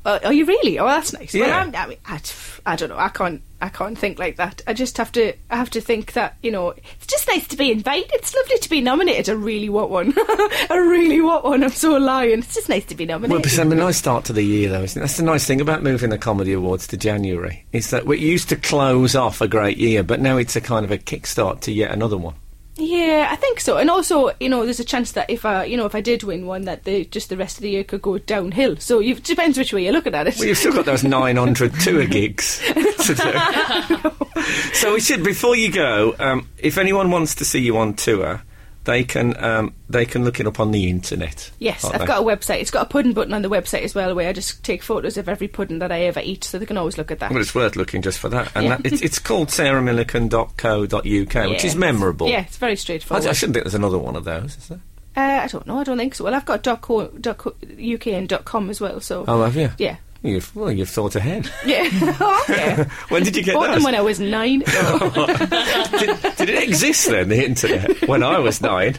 S6: Well, are you really? Oh, that's nice. Well,
S3: Yeah.
S6: I'm, I mean, I, I don't know. I can't. I can't think like that. I just have to. I have to think that you know. It's just nice to be invited. It's lovely to be nominated. I really want one. I really want one. I'm so lying. It's just nice to be
S3: Well,
S6: nominated.
S3: it's a nice start to the year, though, isn't it? That's the nice thing about moving the comedy awards to January is that we used to close off a great year, but now it's a kind of a kickstart to yet another one.
S6: yeah, I think so. And also, you know, there's a chance that if I, you know, if I did win one, that the just the rest of the year could go downhill. So you, it depends which way you're looking at it.
S3: Well, you've still got those 900 tour gigs to do. so we should, before you go, um, if anyone wants to see you on tour, they can um, they can look it up on the internet.
S6: Yes,
S3: can't
S6: I've
S3: they?
S6: got a website. It's got a pudding button on the website as well, where I just take photos of every pudding that I ever eat, so they can always look at that.
S3: Well, it's worth looking just for that. And that, it's, it's called sarahmillican.co.uk, which is
S6: Yes.
S3: memorable.
S6: Yeah, it's very
S3: I,
S6: straightforward.
S3: I shouldn't think there's another one of those, is there?
S6: Uh, I don't know. I don't think so. Well, I've got dot co, dot co, UK and dot com as well. So
S3: Oh, have you?
S6: yeah,
S3: You've, well, you've thought ahead.
S6: yeah. Oh, okay.
S3: when did you get
S6: Bought
S3: those? Oh.
S6: them when I was nine. No.
S3: did, did it exist then, the internet, when I was nine?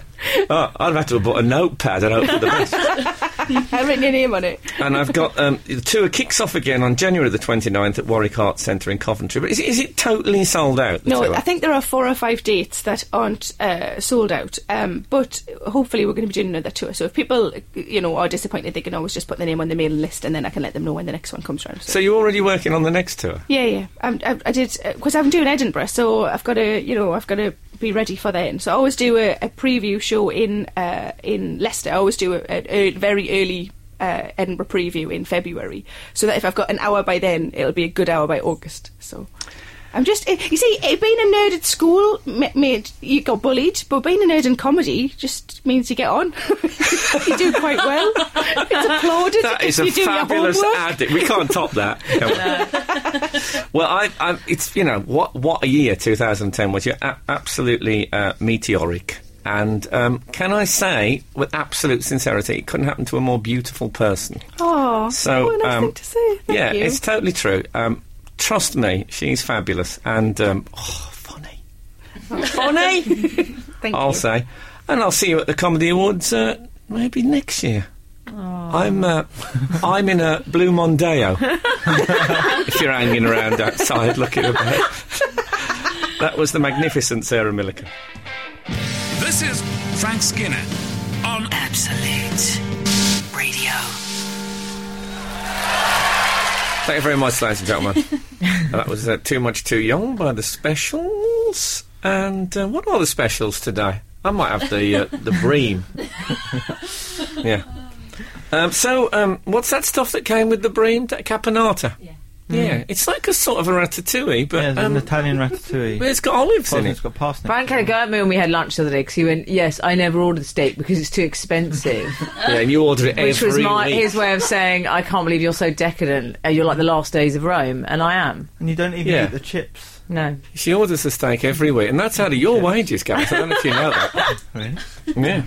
S3: Oh, I'd have had to have bought a notepad and hope for the best.
S6: I written your name on it.
S3: and I've got um, the tour kicks off again on January the 29th at Warwick Arts Centre in Coventry. But is, it- is it totally sold out? the
S6: No,
S3: tour?
S6: I think there are four or five dates that aren't uh, sold out. Um, but hopefully, we're going to be doing another tour. So if people, you know, are disappointed, they can always just put their name on the mail list, and then I can let them know when the next one comes round.
S3: So you're already working on the next tour.
S6: Yeah, yeah. Um, I, I did because I'm doing Edinburgh, so I've got to, you know, I've got to be ready for then. So I always do a, a preview show in uh, in Leicester. I always do a, a, a very early uh, Edinburgh preview in February, so that if I've got an hour by then, it'll be a good hour by August. So. I'm just, eh, you see, eh, being a nerd at school ma- made you got bullied, but being a nerd in comedy just means you get on. you do quite well. It's applauded.
S3: That is a
S6: you do
S3: fabulous
S6: your homework.
S3: addict. We can't top that. can we? well, I, I, it's you know what what a year 2010 was. You're a- absolutely uh, meteoric. And um, can I say, with absolute sincerity, it couldn't happen to a more beautiful person.
S6: Oh,
S3: So,
S6: what a nice
S3: um,
S6: thing to say. Thank
S3: yeah,
S6: you.
S3: it's totally true. Um, trust me, she's fabulous and um, oh, funny.
S4: Bonnie?
S6: Thank
S3: I'll
S6: you.
S3: say, and I'll see you at the Comedy Awards uh, maybe next year. I'm uh, I'm in a blue Mondeo. if you're hanging around outside looking about, that was the magnificent Sarah Milliken.
S1: This is Frank Skinner on
S2: Absolute Radio.
S3: Thank you very much, ladies and gentlemen. that was uh, Too Much Too Young by the Specials. And uh, what are the specials today? I might have the uh, the bream. yeah. Um, so, um, what's that stuff that came with the bream? That caponata? Yeah.
S4: Mm.
S3: It's like a sort of a ratatouille, but
S5: Yeah, there's
S3: um,
S5: an Italian ratatouille.
S3: but it's got olives in
S5: Pardon,
S3: it.
S5: it's got parsnips.
S4: Brian kind of got at me when we had lunch the other day because he went, Yes, I never ordered steak because it's too expensive.
S3: Yeah, and you order it
S4: Which
S3: every
S4: was my
S3: week.
S4: his way of saying, I can't believe you're so decadent. Uh, You're like the last days of Rome. And I am.
S5: And you don't even
S3: Yeah.
S5: eat the chips.
S4: No.
S3: She orders a steak every week, and that's out of your wages, Gareth. I don't know if you know that.
S5: Really?
S3: Yeah.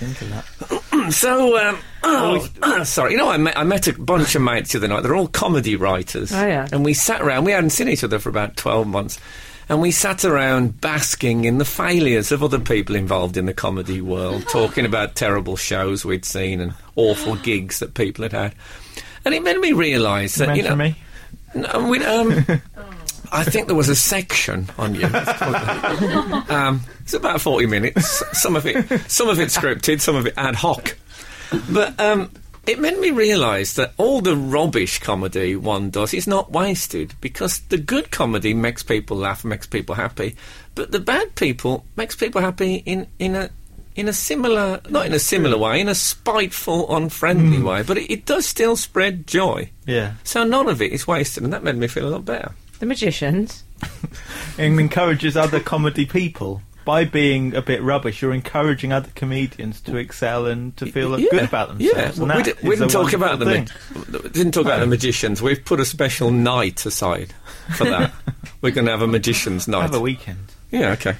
S5: Into that.
S3: So, um, oh, sorry. You know, I met, I met a bunch of mates the other night. They're all comedy writers.
S4: Oh, yeah.
S3: And we sat around. We hadn't seen each other for about 12 months. And we sat around basking in the failures of other people involved in the comedy world, talking about terrible shows we'd seen and awful gigs that people had had. And it made me realise that, you
S5: Mention
S3: know.
S5: me.
S3: No, we, um, I think there was a section on you. um, it's about forty minutes. Some of it, some of it scripted, some of it ad hoc. But um, it made me realise that all the rubbish comedy one does is not wasted because the good comedy makes people laugh, makes people happy, but the bad people makes people happy in in a in a similar, not in a similar way, in a spiteful, unfriendly way. But it, it does still spread joy.
S5: Yeah.
S3: So none of it is wasted, and that made me feel a lot better.
S4: The magicians.
S5: And encourages other comedy people. by being a bit rubbish, you're encouraging other comedians to excel and to feel
S3: Yeah,
S5: good about
S3: Yeah,
S5: themselves.
S3: we,
S5: and that
S3: did, we
S5: is a
S3: didn't talk
S5: wonderful
S3: about the
S5: thing.
S3: ma- didn't talk about the magicians. We've put a special night aside for that. We're going to have a magicians night.
S5: Have a weekend.
S3: Yeah, okay.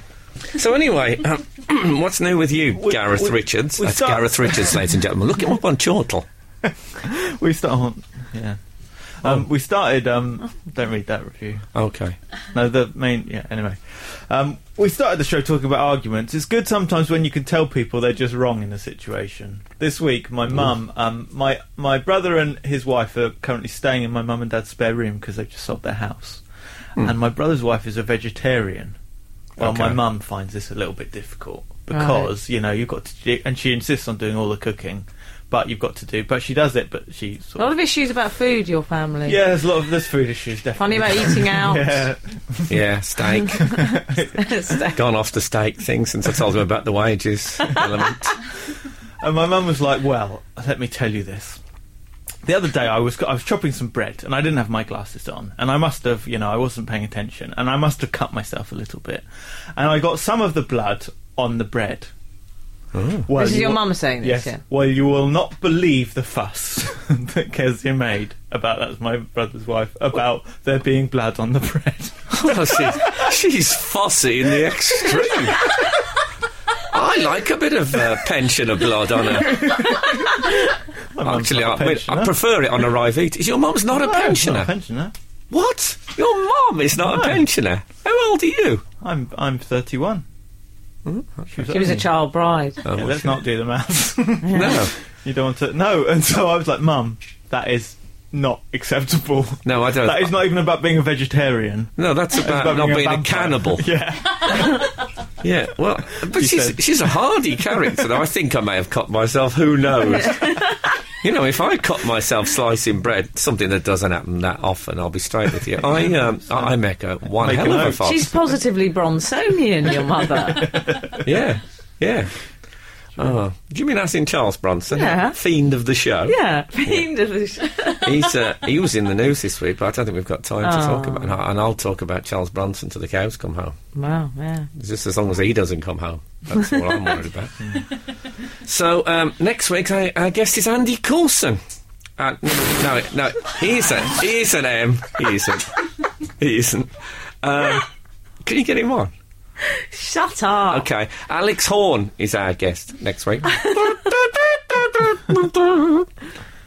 S3: So anyway, um, what's new with you,
S5: We-
S3: Gareth
S5: we-
S3: Richards?
S5: we
S3: That's
S5: start-
S3: Gareth Richards, ladies and gentlemen. Look him up on Chortle.
S5: We start on. Yeah.
S3: Oh.
S5: Um, We started. Um, don't read that review.
S3: Okay.
S5: No, the main. Yeah, anyway. Um, we started the show talking about arguments. It's good sometimes when you can tell people they're just wrong in a situation. This week,
S4: Mm.
S5: my mum, um, my my brother and his wife are currently staying in my mum and dad's spare room because they've just sold their house.
S4: Mm.
S5: And my brother's wife is a vegetarian. Well, my
S3: Okay.
S5: mum finds this a little bit difficult because you know you've got to, do- and she insists on doing all the cooking, but you've got to do. But she does it, but she
S4: A
S5: sort
S4: lot
S5: of
S4: of issues about food, your family.
S5: yeah, there's a lot of there's food issues
S4: Oh, Funny
S5: definitely.
S4: about eating out.
S5: yeah,
S3: Yeah, steak. Gone off the steak thing since I told him about the wages element.
S5: And my mum was like, "Well, let me tell you this. The other day, I was I was chopping some bread, and I didn't have my glasses on, and I must have, you know, I wasn't paying attention, and I must have cut myself a little bit, and I got some of the blood on the bread." Well,
S4: This is
S5: you
S4: your
S5: will-
S4: mum saying this,
S5: Yes.
S4: yeah.
S5: Well, you will not believe the fuss that Kezia made about that's my brother's wife about there being blood on the bread.
S3: Oh, she's, she's fussy in the extreme. I like a bit of uh, pensioner blood on her.
S5: My mum's
S3: Actually, I,
S5: not a
S3: wait, I
S5: pensioner.
S3: prefer it on a rive eat. Is your mum's not a
S5: No, it's not
S3: pensioner?
S5: a pensioner.
S3: what? Your mum is not
S5: No.
S3: a pensioner. How old are you?
S5: I'm I'm 31. She was,
S4: She was a
S5: only-
S4: child bride.
S3: Oh,
S5: Yeah,
S3: well,
S5: let's not do the maths.
S3: No.
S5: You don't want to. No. And so I was like, Mum, that is not acceptable.
S3: No, I don't.
S5: That is not even about being a vegetarian.
S3: No, that's about,
S5: about
S3: not
S5: being
S3: being
S5: a
S3: a,
S5: vampire.
S3: cannibal.
S5: Yeah.
S3: yeah, well, but
S5: She
S3: she's,
S5: said.
S3: she's a hardy character, though. I think I may have cut myself. Who knows? you know, if I cut myself slicing bread, something that doesn't happen that often, I'll be straight with you. I um, I I make a one
S5: Make a
S3: hell of a
S5: note.
S3: fuss.
S4: She's positively Bronsonian, your mother.
S3: Yeah, yeah. Oh, do you mean that's in Charles Bronson?
S4: Yeah.
S3: Fiend of the show.
S4: yeah, fiend of the sh-
S3: He's, uh, he was in the news this week, but I don't think we've got time to talk
S5: Oh.
S3: about it. And I'll talk about Charles Bronson till the cows come home.
S4: Wow, yeah.
S3: Just as long as he doesn't come home. That's all I'm worried about. so um, next week, I, I guess is Andy Coulson. Uh, no, no, he isn't. He isn't. Um, he isn't. He isn't. Um, can you get him on?
S4: Shut up.
S3: Okay, Alex Horn is our guest next week.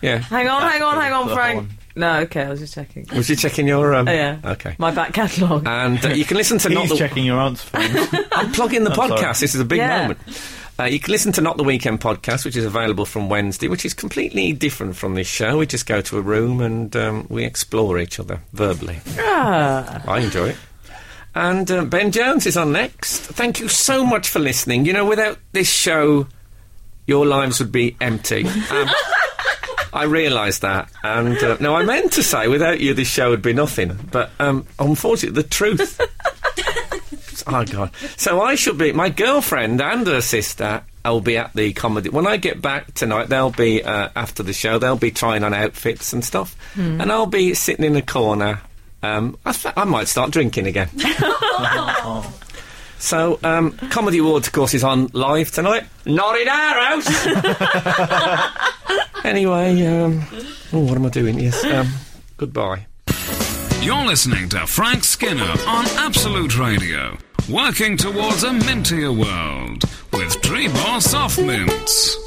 S3: yeah.
S4: Hang on, hang on, hang on,
S5: the
S4: Frank.
S5: horn.
S4: No, okay, I was just checking.
S3: Was you checking your? Um,
S4: Oh, yeah.
S3: Okay.
S4: My back catalogue.
S3: And uh, you can listen to not
S5: He's
S3: the
S5: checking your answer for me.
S3: I'm plugging the
S5: sorry.
S3: podcast. This is a big
S4: Yeah.
S3: moment. Uh, you can listen to Not the Weekend podcast, which is available from Wednesday, which is completely different from this show. We just go to a room and um, we explore each other verbally. I enjoy it. And uh, Ben Jones is on next. Thank you so much for listening. You know, without this show, your lives would be empty. Um, I realise that. And uh, no, I meant to say, without you, this show would be nothing. But um, unfortunately, the truth Oh god! So I should be my girlfriend and her sister. will be at the comedy when I get back tonight. They'll be uh, after the show. They'll be trying on outfits and stuff, and I'll be sitting in a corner. Um, I, fa- I might start drinking again. so um, comedy awards, of course, is on live tonight. Not in our house. anyway, um, oh, what am I doing? Yes. Um, goodbye.
S1: You're listening to Frank Skinner on Absolute Radio, working towards a mintier world with three more soft mints.